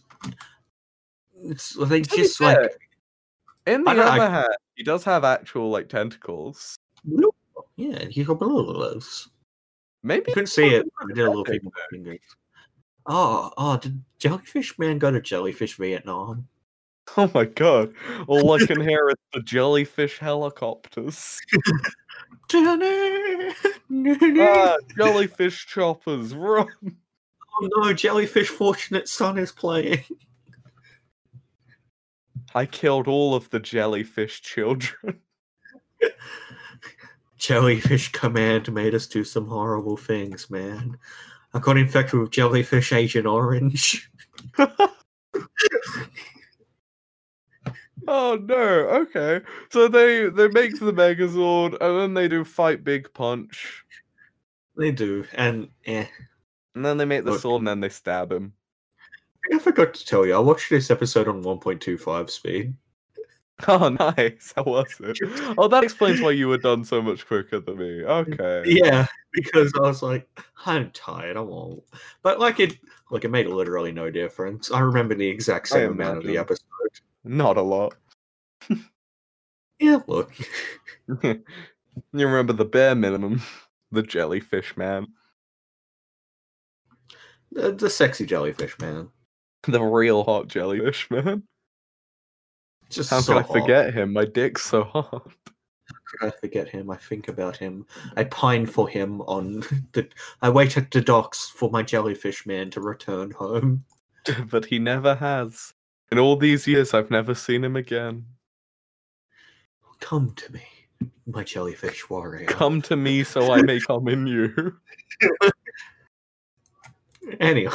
Speaker 3: it's they
Speaker 2: To be
Speaker 3: just
Speaker 2: fair,
Speaker 3: like
Speaker 2: In the
Speaker 3: I don't- I-
Speaker 2: other hand, he does have actual like tentacles.
Speaker 3: yeah, he got below the lows.
Speaker 2: Maybe
Speaker 3: You couldn't
Speaker 2: it's
Speaker 3: see
Speaker 2: not
Speaker 3: it.
Speaker 2: even
Speaker 3: I did a little
Speaker 2: prosthetic,
Speaker 3: peek with my fingers. Oh, oh, did Jellyfish Man go to Jellyfish Vietnam?
Speaker 2: [LAUGHS]
Speaker 3: [LAUGHS]
Speaker 2: Oh my god. All I can hear is the jellyfish helicopters.
Speaker 3: oh
Speaker 2: Ah, jellyfish choppers, run.
Speaker 3: Oh, no, Jellyfish Fortunate Son is playing. [LAUGHS]
Speaker 2: I killed all of the jellyfish children. [LAUGHS]
Speaker 3: Jellyfish Command made us do some horrible things, man. I got infected with Jellyfish Agent Orange. [LAUGHS]
Speaker 2: Oh no, okay. So they they make the Megazord and then they do fight big punch.
Speaker 3: They do, and eh.
Speaker 2: And then they make the
Speaker 3: Look.
Speaker 2: sword and then they stab him.
Speaker 3: I forgot to tell you, I watched this episode on 1.25 speed.
Speaker 2: [LAUGHS] Oh nice, how was it? Oh that explains why you were done so much quicker than me. Okay.
Speaker 3: [LAUGHS] Yeah, because I was like, I'm tired. I'm all, but like it, like it made literally no difference. I remember the exact
Speaker 2: I
Speaker 3: same amount of the
Speaker 2: imagine.
Speaker 3: episode.
Speaker 2: Not a lot.
Speaker 3: Yeah, look, [LAUGHS]
Speaker 2: you remember the bare minimum, [LAUGHS] the jellyfish man, [LAUGHS]
Speaker 3: the, the sexy jellyfish man.
Speaker 2: the real hot jellyfish man.
Speaker 3: Just
Speaker 2: How
Speaker 3: so
Speaker 2: can I
Speaker 3: hot.
Speaker 2: forget him? My dick's so hard.
Speaker 3: I forget him. I think about him.
Speaker 2: Mm-hmm.
Speaker 3: I pine for him on [LAUGHS] the. I wait at the docks for my jellyfish man to return home.
Speaker 2: [LAUGHS] but he never has. In all these years, I've never seen him again.
Speaker 3: Come to me, my jellyfish warrior.
Speaker 2: Come to me
Speaker 3: [LAUGHS]
Speaker 2: so I may come in you.
Speaker 3: Anyway,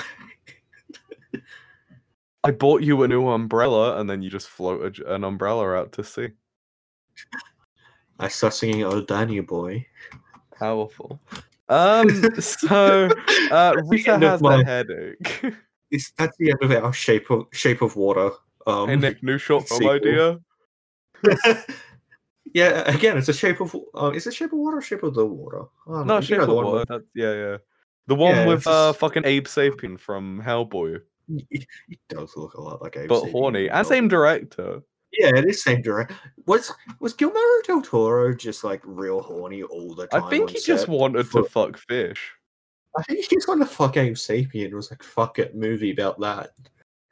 Speaker 2: I bought you a new umbrella, and then you just float a j an umbrella out to sea.
Speaker 3: I start singing "Old Danny Boy."
Speaker 2: Powerful.
Speaker 3: [LAUGHS]
Speaker 2: Um. So, uh, Rita
Speaker 3: end of
Speaker 2: has
Speaker 3: my-
Speaker 2: a headache. [LAUGHS]
Speaker 3: It's that's the end of our shape of shape of water. Um,
Speaker 2: hey Nick, new short film
Speaker 3: sequel.
Speaker 2: idea.
Speaker 3: [LAUGHS] yeah, again, it's a shape of. Uh, is it shape of water? or Shape of the water? I don't know.
Speaker 2: No,
Speaker 3: You
Speaker 2: shape
Speaker 3: know
Speaker 2: of
Speaker 3: the one
Speaker 2: water. That, yeah, yeah. The one
Speaker 3: Yeah,
Speaker 2: with
Speaker 3: it's
Speaker 2: uh,
Speaker 3: just-
Speaker 2: fucking Abe Sapien from Hellboy,
Speaker 3: where- [LAUGHS] It it does look a lot like Abe
Speaker 2: but
Speaker 3: Sapien,
Speaker 2: horny and
Speaker 3: but-
Speaker 2: same director.
Speaker 3: Yeah, it is same director. Was was Guillermo del Toro just like real horny all the time?
Speaker 2: I
Speaker 3: on
Speaker 2: think he just
Speaker 3: set?
Speaker 2: wanted to
Speaker 3: for-
Speaker 2: fuck fish.
Speaker 3: I think he's on the fuck Abe Sapien. Was like fuck it movie about that.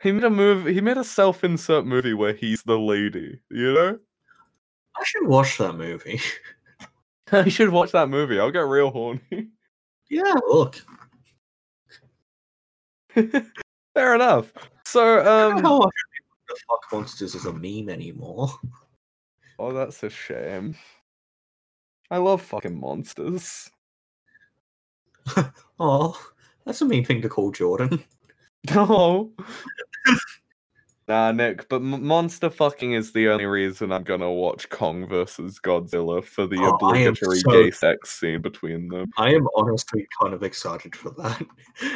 Speaker 2: He made a move. He made a self-insert movie where he's the lady.
Speaker 3: [LAUGHS]
Speaker 2: You know.
Speaker 3: I should watch that movie. [LAUGHS]
Speaker 2: you should watch that movie. I'll get real horny. [LAUGHS]
Speaker 3: yeah, look.
Speaker 2: Fair enough. So,
Speaker 3: I don't know [LAUGHS]
Speaker 2: um,
Speaker 3: how I feel about the fuck monsters is a meme anymore.
Speaker 2: oh, that's a shame. I love fucking monsters.
Speaker 3: Oh, that's a mean thing to call
Speaker 2: [LAUGHS]
Speaker 3: Jordan.
Speaker 2: No. [LAUGHS] nah, Nick, but m- monster fucking is the only reason I'm gonna watch Kong versus Godzilla for the
Speaker 3: Oh, I am
Speaker 2: obligatory
Speaker 3: so-
Speaker 2: gay sex scene between them.
Speaker 3: I am honestly kind of excited for that.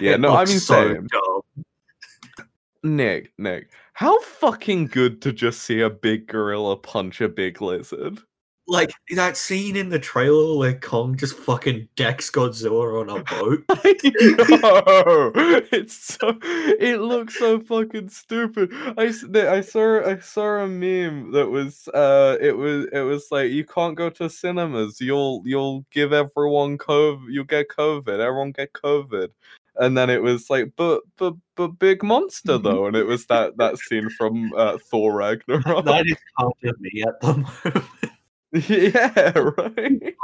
Speaker 2: Yeah,
Speaker 3: It
Speaker 2: no, I
Speaker 3: looks
Speaker 2: mean,
Speaker 3: so
Speaker 2: same.
Speaker 3: dumb.
Speaker 2: Nick, Nick, how fucking good to just see a big gorilla punch a big lizard.
Speaker 3: Like that scene in the trailer where Kong just fucking decks Godzilla on a boat.
Speaker 2: no, [LAUGHS] it's so it looks so fucking stupid. I, s- th- I saw I saw a meme that was uh it was it was like you can't go to cinemas. You'll you'll give everyone COVID. You'll get COVID. Everyone get COVID. And then it was like, but but but big monster though, and it was that that scene from uh, Thor
Speaker 3: [LAUGHS]
Speaker 2: Ragnarok.
Speaker 3: that is part of me at the moment.
Speaker 2: [LAUGHS]
Speaker 3: [LAUGHS]
Speaker 2: yeah, right.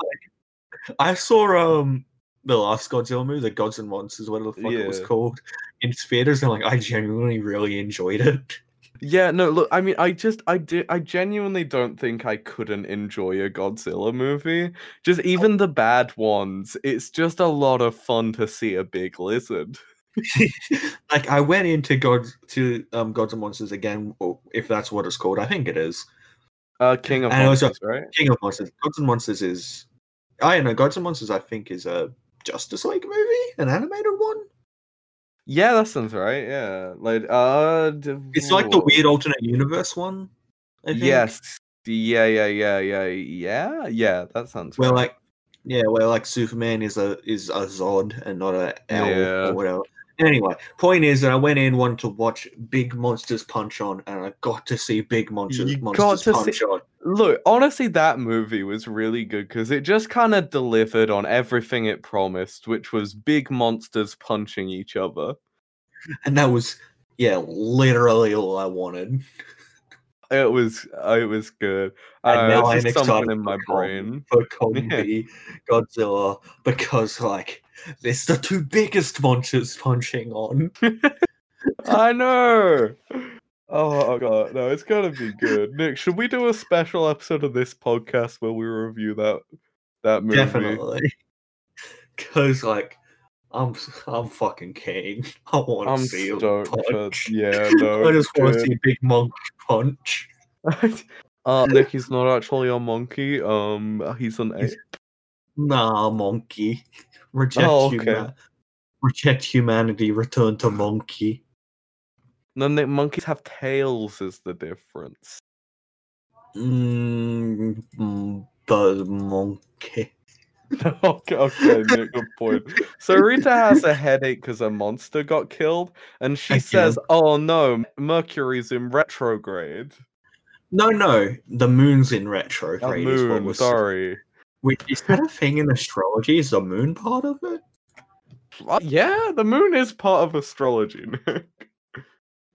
Speaker 3: I saw um the last Godzilla movie, the Gods and Monsters, whatever the fuck it was
Speaker 2: Yeah.
Speaker 3: called, in theaters, and like I genuinely really enjoyed it. [LAUGHS]
Speaker 2: Yeah, no, look, I mean, I just, I did, I genuinely don't think I couldn't enjoy a Godzilla movie. Just
Speaker 3: Oh.
Speaker 2: even the bad ones, it's just a lot of fun to see a big lizard.
Speaker 3: like I went into God to um Gods and Monsters again, or if that's what it's called, I think it is.
Speaker 2: Uh, King of
Speaker 3: And also-
Speaker 2: Monsters, right?
Speaker 3: King of Monsters. Gods and Monsters is I don't know, Gods and Monsters I think is a Justice League movie, an animated one.
Speaker 2: Yeah, that sounds right. Yeah, like, uh, d-
Speaker 3: It's like the
Speaker 2: whoa.
Speaker 3: weird alternate universe one. I think.
Speaker 2: Yes. Yeah, yeah, yeah, yeah, yeah, yeah. That sounds
Speaker 3: where
Speaker 2: right.
Speaker 3: like yeah, where like Superman is a is a Zod and not a L
Speaker 2: Yeah.
Speaker 3: or whatever. Anyway, point is that I went in wanting to watch Big Monsters Punch On, and I got to see Big Monsters
Speaker 2: You got
Speaker 3: Monsters
Speaker 2: to see-
Speaker 3: Punch On.
Speaker 2: Look, honestly, that movie was really good because it just kind of delivered on everything it promised, which was big monsters punching each other.
Speaker 3: and that was yeah, literally all I wanted.
Speaker 2: It was, uh, it was good.
Speaker 3: And
Speaker 2: Uh,
Speaker 3: now
Speaker 2: it's
Speaker 3: I'm
Speaker 2: just something
Speaker 3: excited
Speaker 2: in my
Speaker 3: for Kong.
Speaker 2: brain.
Speaker 3: for Kong
Speaker 2: [LAUGHS] Yeah.
Speaker 3: v Godzilla because like it's the two biggest monsters punching on.
Speaker 2: I know. Oh, oh god, no, it's gonna be good. Nick, should we do a special episode of this podcast where we review that that movie?
Speaker 3: Definitely. [LAUGHS] Cause like I'm I'm fucking keen. [LAUGHS] I want
Speaker 2: I'm
Speaker 3: to see him
Speaker 2: stoked. For,
Speaker 3: [LAUGHS] punch.
Speaker 2: yeah, no.
Speaker 3: I just want to
Speaker 2: good.
Speaker 3: see Big Monk punch.
Speaker 2: [LAUGHS] uh,
Speaker 3: [LAUGHS]
Speaker 2: Nick, he's not actually a monkey. Um, he's an ape.
Speaker 3: He's- Nah, monkey. Reject
Speaker 2: Oh, okay.
Speaker 3: huma- Reject humanity. Return to monkey.
Speaker 2: No, Nick, monkeys have tails. Is the difference?
Speaker 3: Mm, mm, but monkey.
Speaker 2: [LAUGHS] okay, okay, Nick, good point. So Rita has a headache because a monster got killed, and she
Speaker 3: Again.
Speaker 2: says, "Oh no, Mercury's in retrograde."
Speaker 3: No, no. The moon's in
Speaker 2: A
Speaker 3: retrograde. is what
Speaker 2: moon,
Speaker 3: was,
Speaker 2: sorry.
Speaker 3: Which is that a thing in astrology? Is the moon part of it?
Speaker 2: Uh, yeah, the moon is part of astrology, Nick,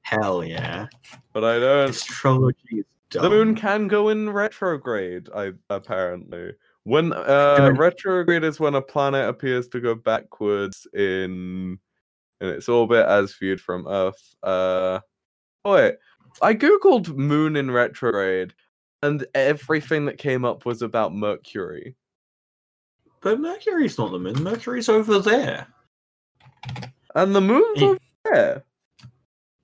Speaker 3: Hell yeah.
Speaker 2: [LAUGHS] but I don't.
Speaker 3: Astrology is
Speaker 2: The moon
Speaker 3: dumb.
Speaker 2: can go in retrograde, I apparently. When uh,
Speaker 3: mean-
Speaker 2: retrograde is when a planet appears to go backwards in in its orbit as viewed from Earth. Uh, oh wait, I googled moon in retrograde, and everything that came up was about Mercury.
Speaker 3: But Mercury's not the moon. Mercury's over there.
Speaker 2: And the moon's
Speaker 3: Eh.
Speaker 2: over there.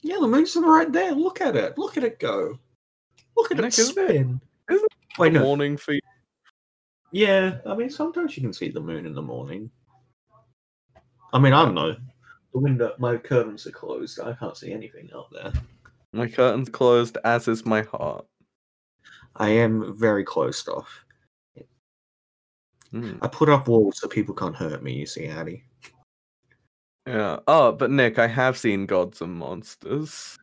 Speaker 3: Yeah, the moon's right there. Look at it. Look at it go. Look at it
Speaker 2: Look at it.
Speaker 3: spin.
Speaker 2: Isn't
Speaker 3: Wait,
Speaker 2: the
Speaker 3: no.
Speaker 2: morning for
Speaker 3: Yeah, I mean, sometimes you can see the moon in the morning. I mean, I don't know. The window, my curtains are closed. I can't see anything out there.
Speaker 2: My curtain's closed, as is my heart.
Speaker 3: I am very closed off.
Speaker 2: Mm,
Speaker 3: I put up walls so people can't hurt me. You see, Addy.
Speaker 2: Yeah. Oh, but Nick, I have seen Gods and Monsters.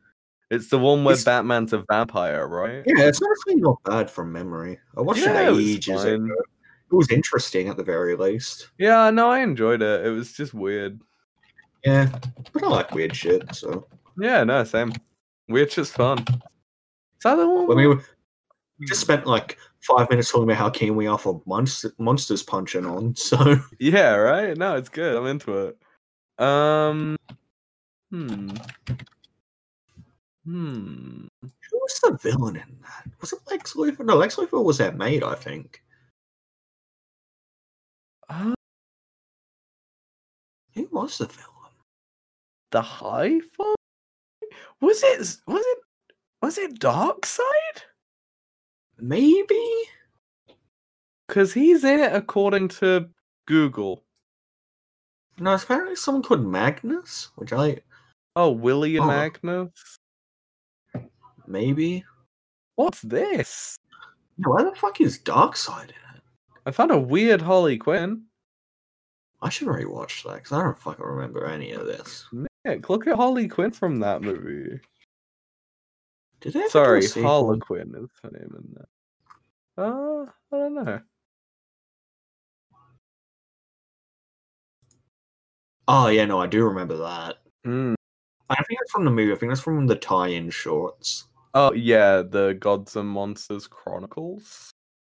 Speaker 2: It's the one where
Speaker 3: It's-
Speaker 2: Batman's a vampire, right?
Speaker 3: Yeah, it's actually not bad from memory. I watched
Speaker 2: Yeah, it
Speaker 3: it
Speaker 2: was
Speaker 3: ages
Speaker 2: fine.
Speaker 3: ago. It was interesting at the very least.
Speaker 2: Yeah, no, I enjoyed it. It was just weird.
Speaker 3: Yeah, but I like weird shit. So
Speaker 2: Yeah, no, same. Weird shit's fun. Is that the one?
Speaker 3: I mean,
Speaker 2: where-
Speaker 3: we just spent like five minutes talking about how keen we are for monster, monsters punching on. [LAUGHS] So
Speaker 2: Yeah, right? No, it's good. I'm into it. Um. Hmm. Hmm.
Speaker 3: Who was the villain in that? Was it Lex Luthor? No, Lex Luthor was that maid, I think.
Speaker 2: Uh,
Speaker 3: Who was the villain?
Speaker 2: the high five? Was it. Was it. Was it Dark Side?
Speaker 3: Maybe?
Speaker 2: Because he's in it according to Google.
Speaker 3: No, it's apparently someone called Magnus, which I
Speaker 2: Oh, William
Speaker 3: Oh.
Speaker 2: Magnus?
Speaker 3: maybe.
Speaker 2: What's this?
Speaker 3: No, why the fuck is Darkseid in it?
Speaker 2: I found a weird Holly Quinn.
Speaker 3: I should rewatch that because I don't fucking remember any of this.
Speaker 2: Nick, look at Holly Quinn from that movie.
Speaker 3: Did they ever do a
Speaker 2: Sorry,
Speaker 3: sequel?
Speaker 2: Harlequin is her name in that. Uh, I don't know.
Speaker 3: Oh yeah, no, I do remember that.
Speaker 2: Mm.
Speaker 3: I think that's from the movie. I think that's from the tie-in shorts.
Speaker 2: Oh, yeah, the Gods and Monsters Chronicles.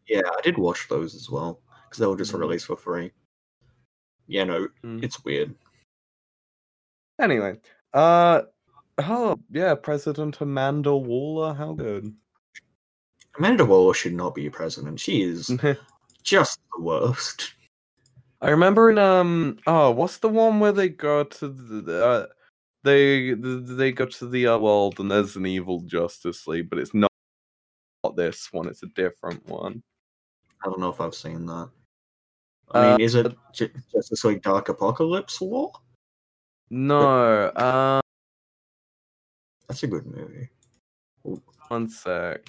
Speaker 3: Yeah, I did watch those as well because they were just
Speaker 2: Mm.
Speaker 3: released for free. Yeah, no,
Speaker 2: Mm.
Speaker 3: it's weird.
Speaker 2: Anyway, uh, oh, yeah, President Amanda Waller, how good. [LAUGHS]
Speaker 3: Amanda Waller should not be president. She is
Speaker 2: Mm.
Speaker 3: just the worst. [LAUGHS]
Speaker 2: I remember in um oh what's the one where they go to the uh, they th- they go to the other world and there's an evil Justice League, but it's not not this one; it's a different one.
Speaker 3: I don't know if I've seen that.
Speaker 2: Uh,
Speaker 3: I mean, is it ju- Justice League Dark Apocalypse War?
Speaker 2: No, uh,
Speaker 3: That's a good movie.
Speaker 2: one sec.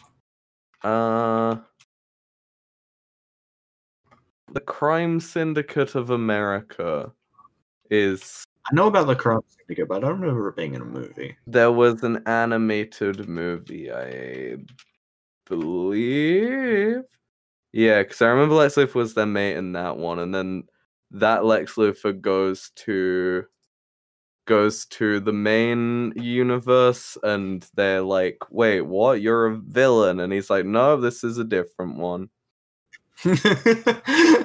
Speaker 2: Uh, the Crime Syndicate of America is
Speaker 3: I know about the Crime Syndicate, but I don't remember it being in a movie. [LAUGHS]
Speaker 2: there was an animated movie, I believe. Yeah, because I remember Lex Luthor was their mate in that one, and then that Lex Luthor goes to goes to the main universe, and they're like, "Wait, what? You're a villain?" And he's like, "No, this is a different one.
Speaker 3: I'm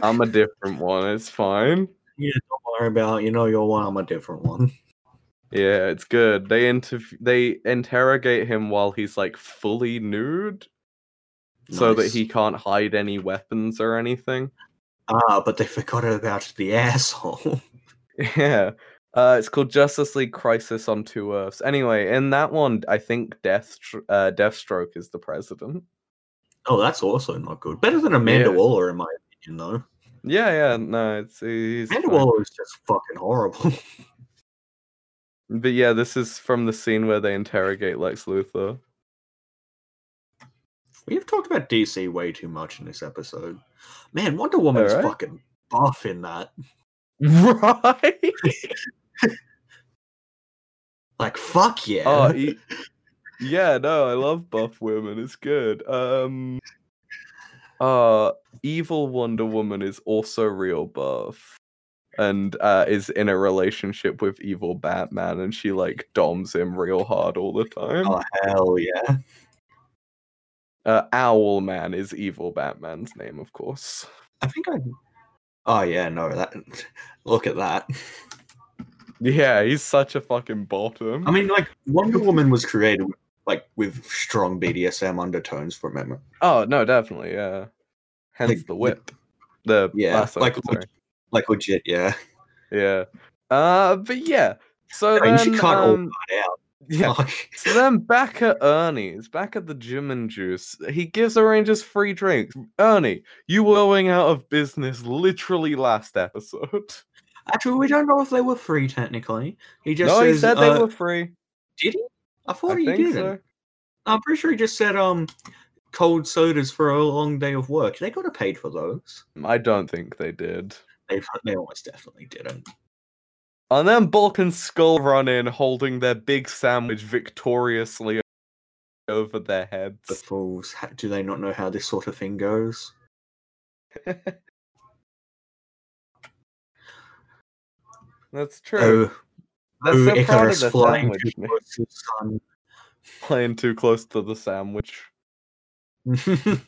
Speaker 2: I'm a different one. It's fine."
Speaker 3: yeah, don't worry about. You know, you're one. I'm a different one.
Speaker 2: Yeah, it's good. They interv- they interrogate him while he's like fully nude. [LAUGHS] so that
Speaker 3: Nice.
Speaker 2: he can't hide any weapons or anything. [LAUGHS]
Speaker 3: Ah, but they forgot about the [LAUGHS] asshole.
Speaker 2: Yeah. Uh, it's called Justice League Crisis on Two Earths. Anyway, in that one, I think Death uh, Deathstroke is the president.
Speaker 3: Oh, that's also not good. Better than Amanda
Speaker 2: Yeah.
Speaker 3: Waller, in my opinion, though.
Speaker 2: Yeah, yeah, no, it's he's
Speaker 3: Amanda
Speaker 2: fine.
Speaker 3: Waller is just fucking horrible. [LAUGHS]
Speaker 2: But yeah, this is from the scene where they interrogate Lex Luthor.
Speaker 3: We've talked about DC way too much in this episode. Man, Wonder Woman is
Speaker 2: Alright.
Speaker 3: fucking buff in that.
Speaker 2: Right?
Speaker 3: Like, fuck yeah.
Speaker 2: Oh, he- yeah, no, I love buff women. It's good. Um, uh, evil Wonder Woman is also real buff, and uh, is in a relationship with evil Batman,
Speaker 3: [LAUGHS]
Speaker 2: and she like doms him real hard all the time.
Speaker 3: Oh, hell yeah.
Speaker 2: Uh, Owl Man is evil Batman's name, of course.
Speaker 3: I think I. Oh yeah, no. That [LAUGHS] look at that.
Speaker 2: Yeah, he's such a fucking bottom.
Speaker 3: I mean, like Wonder Woman was created like with strong BDSM undertones for memory.
Speaker 2: oh no, definitely. Yeah, hence
Speaker 3: Like,
Speaker 2: the whip. The
Speaker 3: Yeah,
Speaker 2: lasso,
Speaker 3: like
Speaker 2: sorry.
Speaker 3: Like legit, yeah.
Speaker 2: yeah. Uh, but yeah. So
Speaker 3: I mean, she
Speaker 2: then,
Speaker 3: can't all
Speaker 2: um,
Speaker 3: cut out.
Speaker 2: yeah,
Speaker 3: [LAUGHS] Fuck.
Speaker 2: So then back at Ernie's, back at the Jim and Juice, he gives the Rangers free drinks. Ernie, you were going out of business literally last episode.
Speaker 3: Actually, we don't know if they were free technically. He just
Speaker 2: no,
Speaker 3: says,
Speaker 2: he said
Speaker 3: uh,
Speaker 2: they were free.
Speaker 3: Did he? I thought
Speaker 2: I
Speaker 3: he
Speaker 2: think
Speaker 3: did.
Speaker 2: so.
Speaker 3: I'm pretty sure he just said um cold sodas for a long day of work. They got to paid for those.
Speaker 2: I don't think they did.
Speaker 3: They they almost definitely didn't.
Speaker 2: And then Bulk and Skull run in holding their big sandwich victoriously over their
Speaker 3: The
Speaker 2: heads.
Speaker 3: fools. ha- Do they not know how this sort of thing goes?
Speaker 2: That's true.
Speaker 3: Oh,
Speaker 2: That's
Speaker 3: oh,
Speaker 2: so part of
Speaker 3: Icarus
Speaker 2: the
Speaker 3: flying
Speaker 2: sandwich.
Speaker 3: too close to the
Speaker 2: [LAUGHS] Playing too close to the sandwich.
Speaker 3: sun.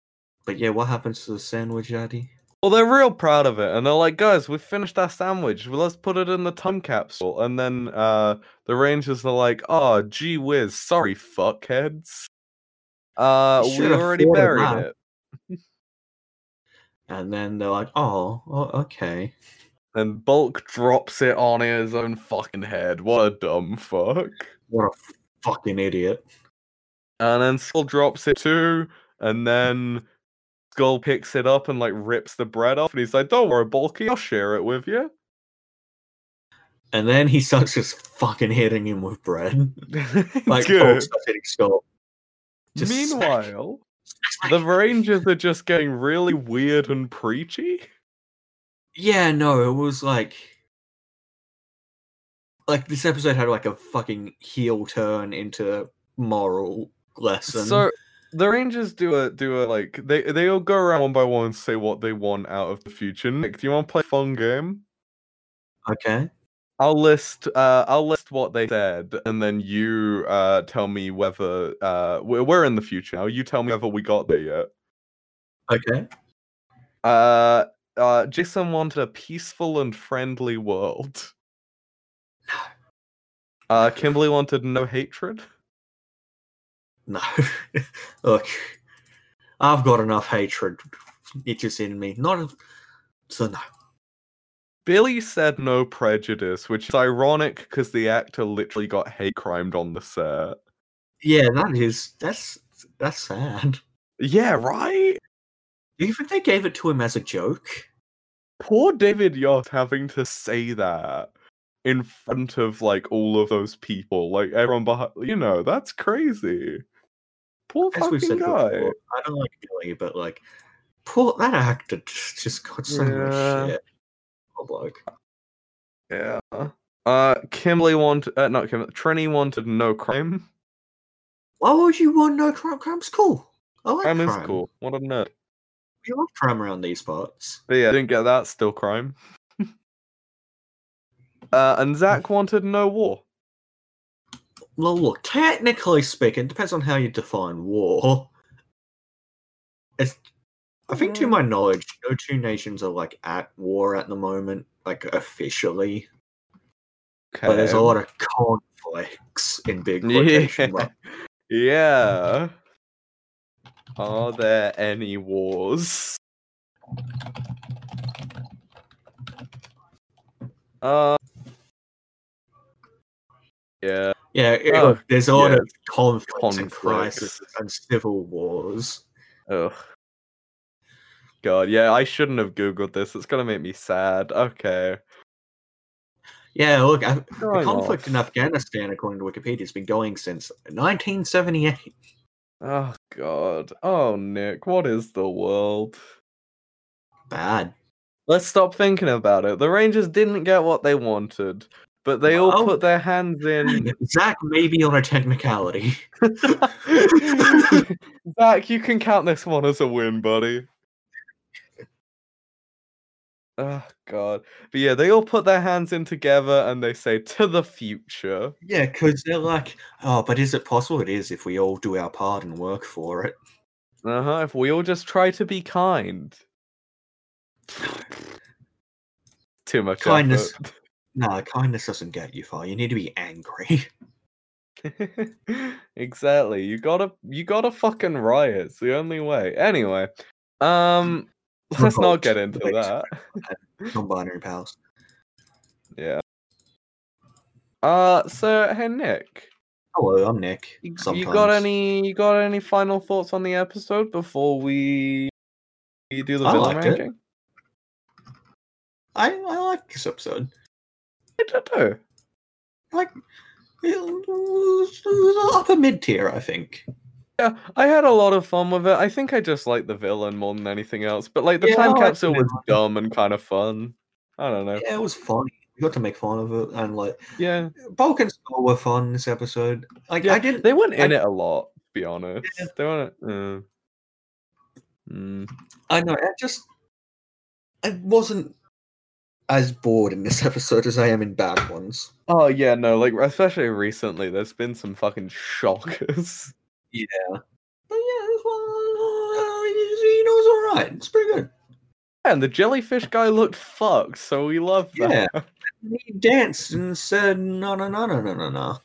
Speaker 3: [LAUGHS] but yeah, what happens to the sandwich, Addy?
Speaker 2: Well, they're real proud of it, and they're like, "Guys, we finished our sandwich. Well, let's put it in the time capsule." And then uh, the Rangers are like, "Oh, gee whiz, sorry, fuckheads. Uh,
Speaker 3: You
Speaker 2: we
Speaker 3: should've
Speaker 2: already
Speaker 3: thought of
Speaker 2: buried
Speaker 3: that."
Speaker 2: it."
Speaker 3: And then they're like, oh, oh okay.
Speaker 2: And Bulk drops it on his own fucking head. What a dumb fuck!
Speaker 3: What a fucking idiot.
Speaker 2: And then Skull drops it too, and then Skull picks it up and like rips the bread off, and he's like, "Don't worry, Bulky, I'll share it with you."
Speaker 3: And then he starts just fucking hitting him with bread. [LAUGHS] [LAUGHS] Like, Paul
Speaker 2: Good.
Speaker 3: starts hitting skull. just smack. [LAUGHS]
Speaker 2: Meanwhile. The Rangers are just getting really weird and preachy.
Speaker 3: Yeah, no, it was like like this episode had like a fucking heel turn into moral lesson.
Speaker 2: So the Rangers do a do a like they they all go around one by one and say what they want out of the future. Nick, do you want to play a fun game?
Speaker 3: okay.
Speaker 2: I'll list uh I'll list what they said and then you uh tell me whether uh we're, we're in the future now. You tell me whether we got there yet.
Speaker 3: Okay.
Speaker 2: Uh uh Jason wanted a peaceful and friendly world. Uh Kimberly wanted no hatred.
Speaker 3: No. [LAUGHS] Look. I've got enough hatred it just in me. Not a... so no.
Speaker 2: Billy said no prejudice, which is ironic because the actor literally got hate crimed on the set.
Speaker 3: Yeah, that is that's that's sad.
Speaker 2: Yeah, right?
Speaker 3: Do you think they gave it to him as a joke?
Speaker 2: Poor David Yost having to say that in front of like all of those people, like everyone behind you know, that's crazy. Poor
Speaker 3: As we've
Speaker 2: fucking
Speaker 3: said
Speaker 2: guy.
Speaker 3: before, I don't like Billy, but like, poor that actor just just got so
Speaker 2: Yeah.
Speaker 3: much shit. Poor bloke.
Speaker 2: Yeah. Uh Kimberly wanted uh, not Kimberly Trini wanted no crime.
Speaker 3: Why would you want no crime? Crime's cool. I like
Speaker 2: Crime
Speaker 3: crime.
Speaker 2: is cool. What a nerd.
Speaker 3: We love crime around these parts.
Speaker 2: But yeah, didn't get that, still crime. [LAUGHS] uh and
Speaker 3: Mm.
Speaker 2: Zach wanted no war.
Speaker 3: Well, look, technically speaking, it depends on how you define war. It's, I think, to my knowledge, no two nations are like at war at the moment, like officially. But there's a
Speaker 2: Okay.
Speaker 3: lot of conflicts in big
Speaker 2: Yeah.
Speaker 3: quotation marks.
Speaker 2: Yeah. Are there any wars? Uh. Yeah.
Speaker 3: Yeah, it-
Speaker 2: Oh,
Speaker 3: look, there's a lot
Speaker 2: yeah.
Speaker 3: of conflicts, and
Speaker 2: Conflicts.
Speaker 3: crises and civil wars.
Speaker 2: Ugh. God, yeah, I shouldn't have googled this. It's gonna make me sad. Okay.
Speaker 3: Yeah, look, I, the
Speaker 2: Going
Speaker 3: conflict in
Speaker 2: off.
Speaker 3: Afghanistan, according to Wikipedia, has been going since 1978.
Speaker 2: Oh god. Oh Nick, what is the world?
Speaker 3: Bad.
Speaker 2: Let's stop thinking about it. The Rangers didn't get what they wanted, but they all
Speaker 3: Well-
Speaker 2: put their
Speaker 3: [LAUGHS]
Speaker 2: hands in
Speaker 3: Zach may be on a technicality.
Speaker 2: [LAUGHS] Zach, you can count this one as a win, buddy. Oh god. But yeah, they all put their hands in together and they say to the future.
Speaker 3: Yeah, because they're like, oh, but is it possible? It is if we all do our part and work for it.
Speaker 2: Uh-huh. If we all just try to be kind. [LAUGHS] Too much
Speaker 3: Kindness.
Speaker 2: effort.
Speaker 3: No, kindness doesn't get you far. You need to be angry. [LAUGHS]
Speaker 2: [LAUGHS] exactly. You gotta you gotta fucking riot. It's the only way. Anyway. Um let's
Speaker 3: Revolt.
Speaker 2: not get into
Speaker 3: Debate.
Speaker 2: that.
Speaker 3: Non-binary pals.
Speaker 2: Yeah. Uh so hey Nick.
Speaker 3: Hello, I'm Nick.
Speaker 2: You, you
Speaker 3: Sometimes.
Speaker 2: got any you got any final thoughts on the episode before we you do the
Speaker 3: I
Speaker 2: villain
Speaker 3: liked it.
Speaker 2: ranking?
Speaker 3: I, I like this episode.
Speaker 2: I don't know.
Speaker 3: Like, it was, it was upper mid tier, I think.
Speaker 2: Yeah, I had a lot of fun with it. I think I just like the villain more than anything else. But like the
Speaker 3: Yeah, I
Speaker 2: time
Speaker 3: like the
Speaker 2: capsule was dumb and kind of fun. I don't know.
Speaker 3: Yeah, it was funny. We got to make fun of it, and like
Speaker 2: Yeah,
Speaker 3: Bulk and Skull were fun this episode. Like,
Speaker 2: yeah.
Speaker 3: I didn't.
Speaker 2: They went
Speaker 3: I-
Speaker 2: in it a lot, to be honest. They went. Uh, mm.
Speaker 3: I know. I just I wasn't as bored in this [LAUGHS] episode as I am in bad ones.
Speaker 2: Oh yeah, no. Like especially recently, there's been some fucking [LAUGHS] shockers.
Speaker 3: But yeah, this one, uh, you know, it's all right. It's pretty good.
Speaker 2: And the jellyfish guy looked fucked, so we love that. [LAUGHS] Yeah.
Speaker 3: He danced and said, "No, no, no, no, no, no, no."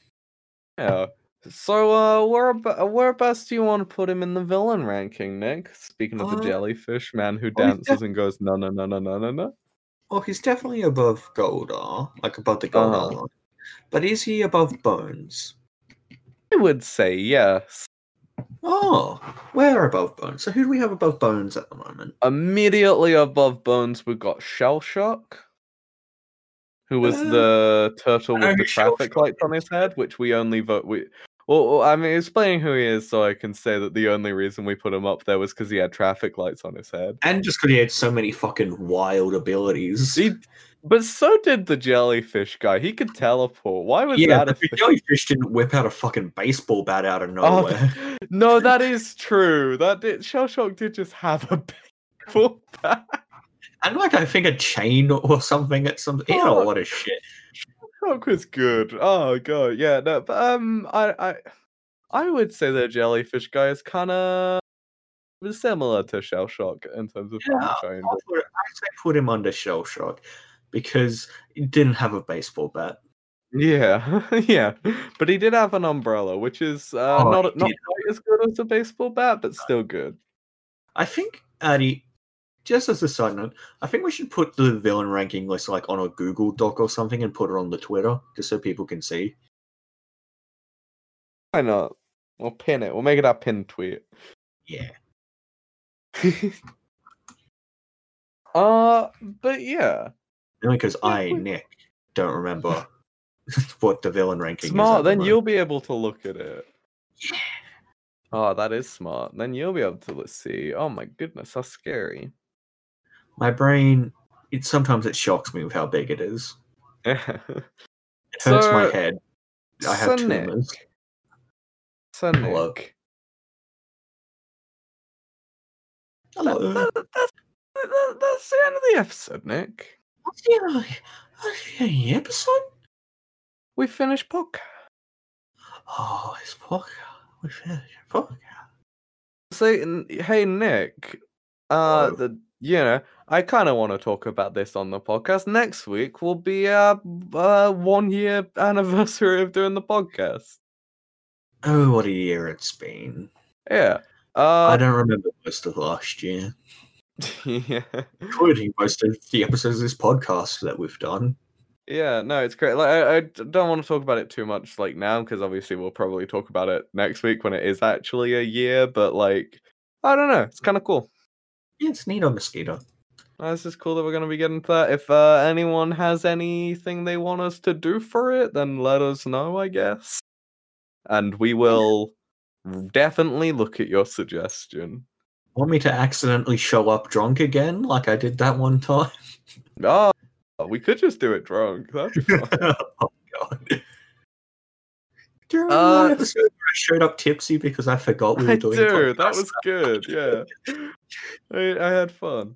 Speaker 2: So uh, where about whereabouts do you want to put him in the villain ranking, Nick? Speaking of the
Speaker 3: Uh,
Speaker 2: jellyfish man who
Speaker 3: oh, he's
Speaker 2: dances and goes no no no no no no no.
Speaker 3: Well, he's definitely above Goldar, like above the Goldar
Speaker 2: Uh-huh.
Speaker 3: line. But is he above Bones?
Speaker 2: I would say yes.
Speaker 3: Oh, we're above Bones. So who do we have above Bones at the moment?
Speaker 2: Immediately above Bones, we got Shell Shock, who was
Speaker 3: Uh,
Speaker 2: the turtle
Speaker 3: I know
Speaker 2: with the
Speaker 3: who Shell
Speaker 2: traffic
Speaker 3: Shock
Speaker 2: lights on his head, which we only vote. We well, well, I mean, explaining who he is, so I can say that the only reason we put him up there was because he had traffic lights on his head.
Speaker 3: And just because he had so many fucking wild abilities.
Speaker 2: [LAUGHS] He, but so did the jellyfish guy. He could teleport. Why was
Speaker 3: yeah,
Speaker 2: that a
Speaker 3: but the
Speaker 2: thing?
Speaker 3: jellyfish didn't whip out a fucking baseball bat out of
Speaker 2: Oh,
Speaker 3: nowhere. [LAUGHS]
Speaker 2: [LAUGHS] no, that is true. That did, Shell Shock did just have a [LAUGHS] baseball bat.
Speaker 3: And like I think a chain or something at some you know
Speaker 2: Oh.
Speaker 3: what a shit.
Speaker 2: Rock was good. Oh god, yeah. No, but um, I I I would say the jellyfish guy is kind of similar to Shell Shock in terms of
Speaker 3: Yeah,
Speaker 2: yeah.
Speaker 3: I put, I say put him under shell shock because he didn't have a baseball bat.
Speaker 2: Yeah, [LAUGHS] yeah. But he did have an umbrella, which is uh,
Speaker 3: Oh,
Speaker 2: not
Speaker 3: he
Speaker 2: not
Speaker 3: did.
Speaker 2: quite as good as a baseball bat, but still good.
Speaker 3: I think Addy, just as a side note, I think we should put the villain ranking list like on a Google Doc or something and put it on the Twitter just so people can see.
Speaker 2: Why not? We'll pin it. We'll make it our pin tweet.
Speaker 3: [LAUGHS] Yeah.
Speaker 2: uh, but yeah,
Speaker 3: Only because
Speaker 2: Yeah,
Speaker 3: I,
Speaker 2: we-
Speaker 3: Nick, don't remember [LAUGHS] what the villain ranking is. at
Speaker 2: smart.
Speaker 3: the
Speaker 2: Then
Speaker 3: moment.
Speaker 2: you'll be able to look at it. Oh, that is smart. Then you'll be able to let's see. Oh my goodness, that's scary. [LAUGHS]
Speaker 3: My brain it sometimes it shocks me with how big it is. It hurts my
Speaker 2: So,
Speaker 3: head. I have
Speaker 2: so Nick,
Speaker 3: tumors.
Speaker 2: so
Speaker 3: Hello.
Speaker 2: Nick, that-
Speaker 3: Hello.
Speaker 2: that- that's, that- that's the end of the episode, Nick.
Speaker 3: What's the other- what's the other episode?
Speaker 2: We finished podcast.
Speaker 3: Oh, it's podcast. We finished podcast.
Speaker 2: So, n- hey Nick, uh,
Speaker 3: Hello.
Speaker 2: the, you know, I kind of want to talk about this on the podcast. Next week will be our uh, one year [LAUGHS] anniversary of doing the podcast.
Speaker 3: Oh, what a year it's been.
Speaker 2: Yeah.
Speaker 3: I
Speaker 2: Uh,
Speaker 3: don't remember most of last year,
Speaker 2: [LAUGHS] yeah.
Speaker 3: including most of the episodes of this podcast that we've done.
Speaker 2: Yeah, no, it's great. Like, I, I d- don't want to talk about it too much, like now, because obviously we'll probably talk about it next week when it is actually a year. But like, I don't know, it's kind of cool.
Speaker 3: Yeah, it's neat on mosquito.
Speaker 2: Uh, It's just cool that we're gonna be getting to that. If uh, anyone has anything they want us to do for it, then let us know, I guess, and we will definitely look at your suggestion.
Speaker 3: Want me to accidentally show up drunk again, like I did that one time?
Speaker 2: Oh, we could just do it drunk. That'd be fun.
Speaker 3: oh god. [LAUGHS] Do you remember
Speaker 2: Uh,
Speaker 3: that episode where I showed up tipsy because I forgot we were
Speaker 2: [LAUGHS] I
Speaker 3: doing
Speaker 2: do. That
Speaker 3: podcasts?
Speaker 2: was good. Yeah, I, I had fun.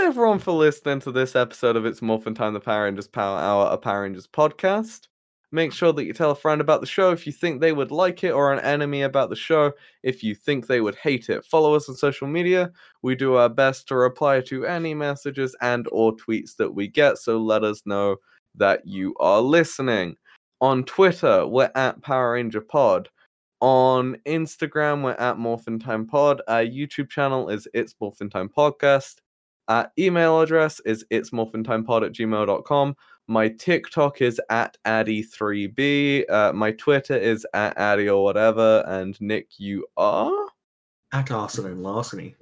Speaker 2: everyone for listening to this episode of It's Morphin Time, the Power Rangers Power Hour, a Power Rangers podcast. Make sure that you tell a friend about the show if you think they would like it, or an enemy about the show if you think they would hate it. Follow us on social media. We do our best to reply to any messages and or tweets that we get, so let us know that you are listening. On Twitter, we're at Power Ranger Pod. On Instagram, we're at Morphin Time Pod. Our YouTube channel is It's Morphin Time Podcast. Our email address is It's Morphin Time Pod at gmail.com. My TikTok is at Addy3B. Uh, my Twitter is at Addy or whatever. And Nick, you are
Speaker 3: At arson and larceny.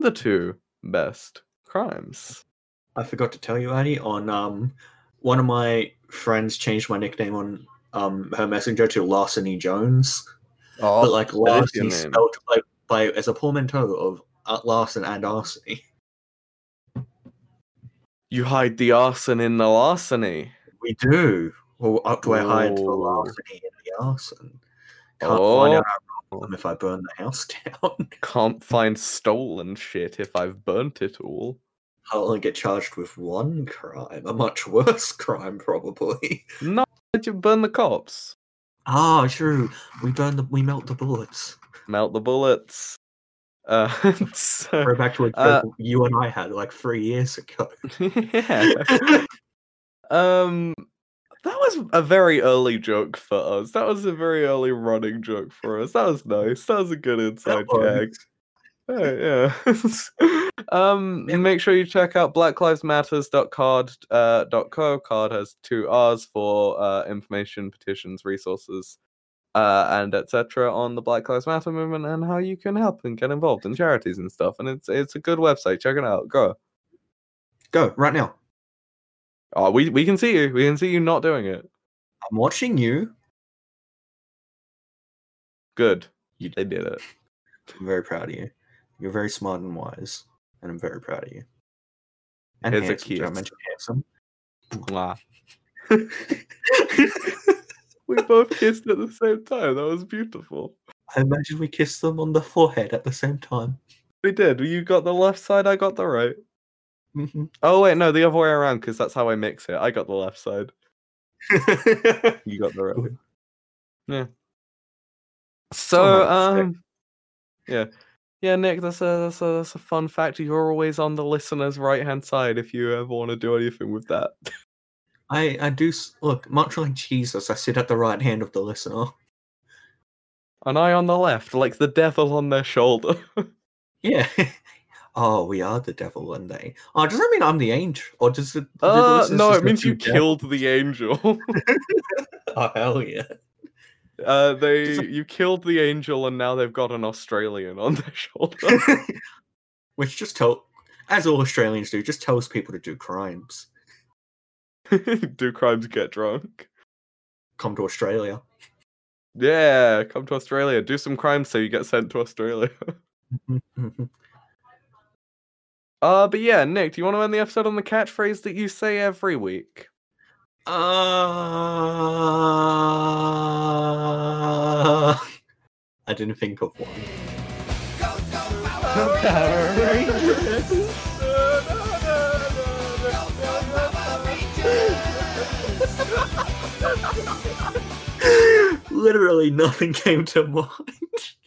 Speaker 2: the two best crimes.
Speaker 3: I forgot to tell you, Addy, on um, one of my friends changed my nickname on um her messenger to Larceny Jones,
Speaker 2: Oh,
Speaker 3: but like
Speaker 2: that is your
Speaker 3: larceny
Speaker 2: name.
Speaker 3: spelled like by as a portmanteau of uh, Larson and Arsony.
Speaker 2: you hide the arson in the larceny.
Speaker 3: [LAUGHS] We do. Well, up to I hide the
Speaker 2: Ooh.
Speaker 3: larceny and the arson. Can't find out
Speaker 2: Oh.
Speaker 3: our problem if I burn the house [LAUGHS] down.
Speaker 2: Can't find stolen shit if I've burnt it all.
Speaker 3: I'll only get charged with one crime, a much [LAUGHS] worse crime probably.
Speaker 2: No, did you burn the cops?
Speaker 3: Ah, true. We burn the we melt the [LAUGHS] bullets.
Speaker 2: Melt the bullets. Uh, [LAUGHS] so,
Speaker 3: We're back to a joke
Speaker 2: Uh,
Speaker 3: you and I had like three years ago.
Speaker 2: [LAUGHS] yeah. Um, that was a very early joke for us. That was a very early running joke for us. That was nice. That was a good inside gag. Oh, yeah. [LAUGHS] um,
Speaker 3: Yeah.
Speaker 2: make sure you check out blacklivesmatters.card, uh, dot co. Card has two R's for uh, information, petitions, resources, uh, and etc. on the Black Lives Matter movement and how you can help and get involved in charities and stuff. And it's it's a good website. Check it out. Go.
Speaker 3: [LAUGHS] Go right now.
Speaker 2: Oh, we we can see you. We can see you not doing it.
Speaker 3: I'm watching you.
Speaker 2: Good.
Speaker 3: You-
Speaker 2: They did it.
Speaker 3: I'm very proud of you. You're very smart and wise, and I'm very proud of you. And
Speaker 2: Here's a
Speaker 3: handsome. Did I
Speaker 2: kiss.
Speaker 3: mention handsome?
Speaker 2: [LAUGHS]
Speaker 3: [LAUGHS]
Speaker 2: Mwah. we both kissed at the same time. That was beautiful.
Speaker 3: I imagine we kissed them on the forehead at the same [LAUGHS] time.
Speaker 2: We did. You got the left side. I got the right.
Speaker 3: Mhm.
Speaker 2: Oh wait, no, the other way around because that's how I mix it. I got the left side. You got the right.
Speaker 3: Okay.
Speaker 2: [LAUGHS] Yeah. So
Speaker 3: that's sick.
Speaker 2: um, yeah, yeah, Nick, that's a that's a that's a fun fact. You're always on the listener's right hand side if you ever want to do anything with that.
Speaker 3: I I do s- look much like Jesus. I sit at the right hand of the listener.
Speaker 2: An eye on the left, like the devil on their shoulder.
Speaker 3: Yeah. [LAUGHS] Oh, we are the devil one day. Oh, does that mean I'm the angel? Or does it? do the
Speaker 2: Uh,
Speaker 3: listeners
Speaker 2: no,
Speaker 3: just
Speaker 2: it means you
Speaker 3: assume devil?
Speaker 2: killed the angel. [LAUGHS]
Speaker 3: Oh, hell yeah.
Speaker 2: Uh, they
Speaker 3: Just
Speaker 2: you killed the angel, and now they've got an Australian on their [LAUGHS]
Speaker 3: [LAUGHS]
Speaker 2: shoulder.
Speaker 3: [LAUGHS] Which just tell, as all Australians do, just tells people to do crimes.
Speaker 2: Do crimes get drunk?
Speaker 3: Come to Australia. [LAUGHS]
Speaker 2: Yeah, come to Australia. Do some crimes so you get sent to Australia. [LAUGHS] Uh, but yeah, Nick, do you want to end the episode on the catchphrase that you say every week?
Speaker 3: uh, I didn't think of one.
Speaker 1: The Power Rangers.
Speaker 3: Literally nothing came to mind.